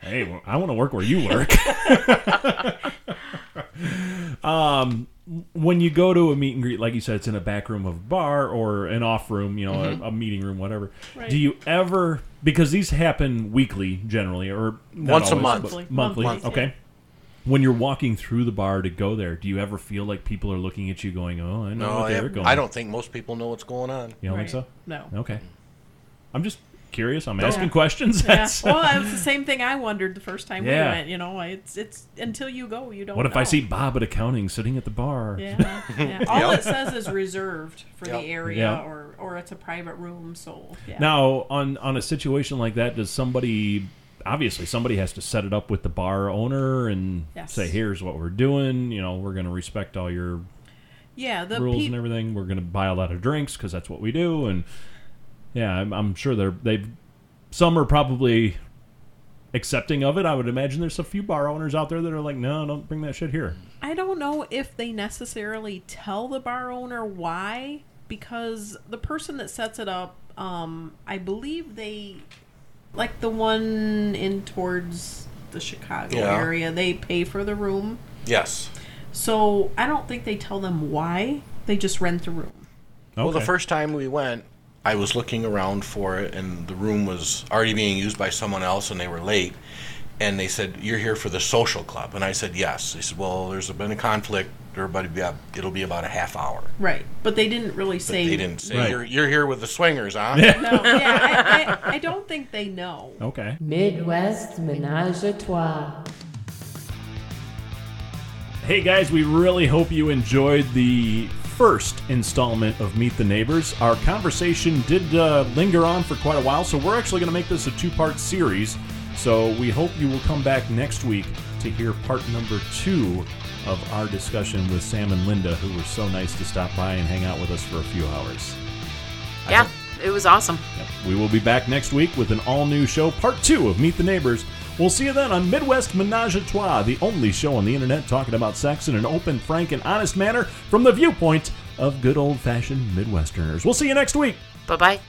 [SPEAKER 1] Hey, well, I want to work where you work. um, when you go to a meet and greet, like you said, it's in a back room of a bar or an off room, you know,
[SPEAKER 5] Mm-hmm.
[SPEAKER 1] a, a meeting room, whatever. Do you ever because these happen weekly generally or not
[SPEAKER 4] Once a
[SPEAKER 1] always,
[SPEAKER 4] month.
[SPEAKER 1] but
[SPEAKER 5] Monthly.
[SPEAKER 1] monthly,
[SPEAKER 5] Monthly,
[SPEAKER 1] okay. When you're walking through the bar to go there, do you ever feel like people are looking at you, going, "Oh, I know
[SPEAKER 4] No,
[SPEAKER 1] what
[SPEAKER 4] I,
[SPEAKER 1] they're
[SPEAKER 4] have-
[SPEAKER 1] going."
[SPEAKER 4] I don't think most people know what's going on.
[SPEAKER 1] You don't
[SPEAKER 5] Right.
[SPEAKER 1] think
[SPEAKER 5] no
[SPEAKER 1] so? Okay. I'm just curious. I'm
[SPEAKER 5] Yeah.
[SPEAKER 1] asking questions.
[SPEAKER 5] yeah.
[SPEAKER 1] That's-
[SPEAKER 5] Well, that was the same thing I wondered the first time
[SPEAKER 1] Yeah.
[SPEAKER 5] we went. You know, it's it's until you go, you don't.
[SPEAKER 1] what if I
[SPEAKER 5] know.
[SPEAKER 1] see Bob at accounting sitting at the bar?
[SPEAKER 5] Yeah. yeah. All
[SPEAKER 4] Yep.
[SPEAKER 5] it says is reserved for
[SPEAKER 4] Yep.
[SPEAKER 5] the area,
[SPEAKER 1] Yeah.
[SPEAKER 5] or or it's a private room. So yeah.
[SPEAKER 1] Now, on on a situation like that, does somebody obviously somebody has to set it up with the bar owner and
[SPEAKER 5] Yes.
[SPEAKER 1] say, "Here's what we're doing. You know, we're going to respect all your
[SPEAKER 5] yeah, the
[SPEAKER 1] rules
[SPEAKER 5] peop-
[SPEAKER 1] and everything. We're going to buy a lot of drinks because that's what we do." And yeah, I'm, I'm sure they're they've some are probably accepting of it. I would imagine there's a few bar owners out there that are like, "No, don't bring that shit here."
[SPEAKER 5] I don't know if they necessarily tell the bar owner why, because the person that sets it up, um, I believe they, like the one in towards the Chicago
[SPEAKER 4] Yeah.
[SPEAKER 5] area, they pay for the room.
[SPEAKER 4] Yes.
[SPEAKER 5] So I don't think they tell them why. They just rent the room.
[SPEAKER 4] Well, the
[SPEAKER 1] Okay.
[SPEAKER 4] first time we went, I was looking around for it, and the room was already being used by someone else, and they were late. and they said, "You're here for the social club," and I said, "Yes." They said, "Well, there's been a conflict. Everybody, be up. it'll be about a half hour."
[SPEAKER 5] Right. But they didn't really
[SPEAKER 4] But
[SPEAKER 5] say.
[SPEAKER 4] they didn't say
[SPEAKER 1] Right.
[SPEAKER 4] you're you're here with the swingers, huh?
[SPEAKER 5] No, yeah, I, I, I don't think they know.
[SPEAKER 1] Okay.
[SPEAKER 2] Midwest Menage a Trois.
[SPEAKER 1] Hey guys, we really hope you enjoyed the first installment of Meet the Neighbors. Our conversation did uh, linger on for quite a while, so we're actually going to make this a two part series. So we hope you will come back next week to hear part number two of our discussion with Sam and Linda, who were so nice to stop by and hang out with us for a few hours. I
[SPEAKER 3] Yeah,
[SPEAKER 1] hope-
[SPEAKER 3] it was awesome.
[SPEAKER 1] Yep. We will be back next week with an all new show, part two of Meet the Neighbors. We'll see you then on Midwest Menage a Trois, the only show on the internet talking about sex in an open, frank, and honest manner from the viewpoint of good old fashioned Midwesterners. We'll see you next week.
[SPEAKER 3] Bye bye.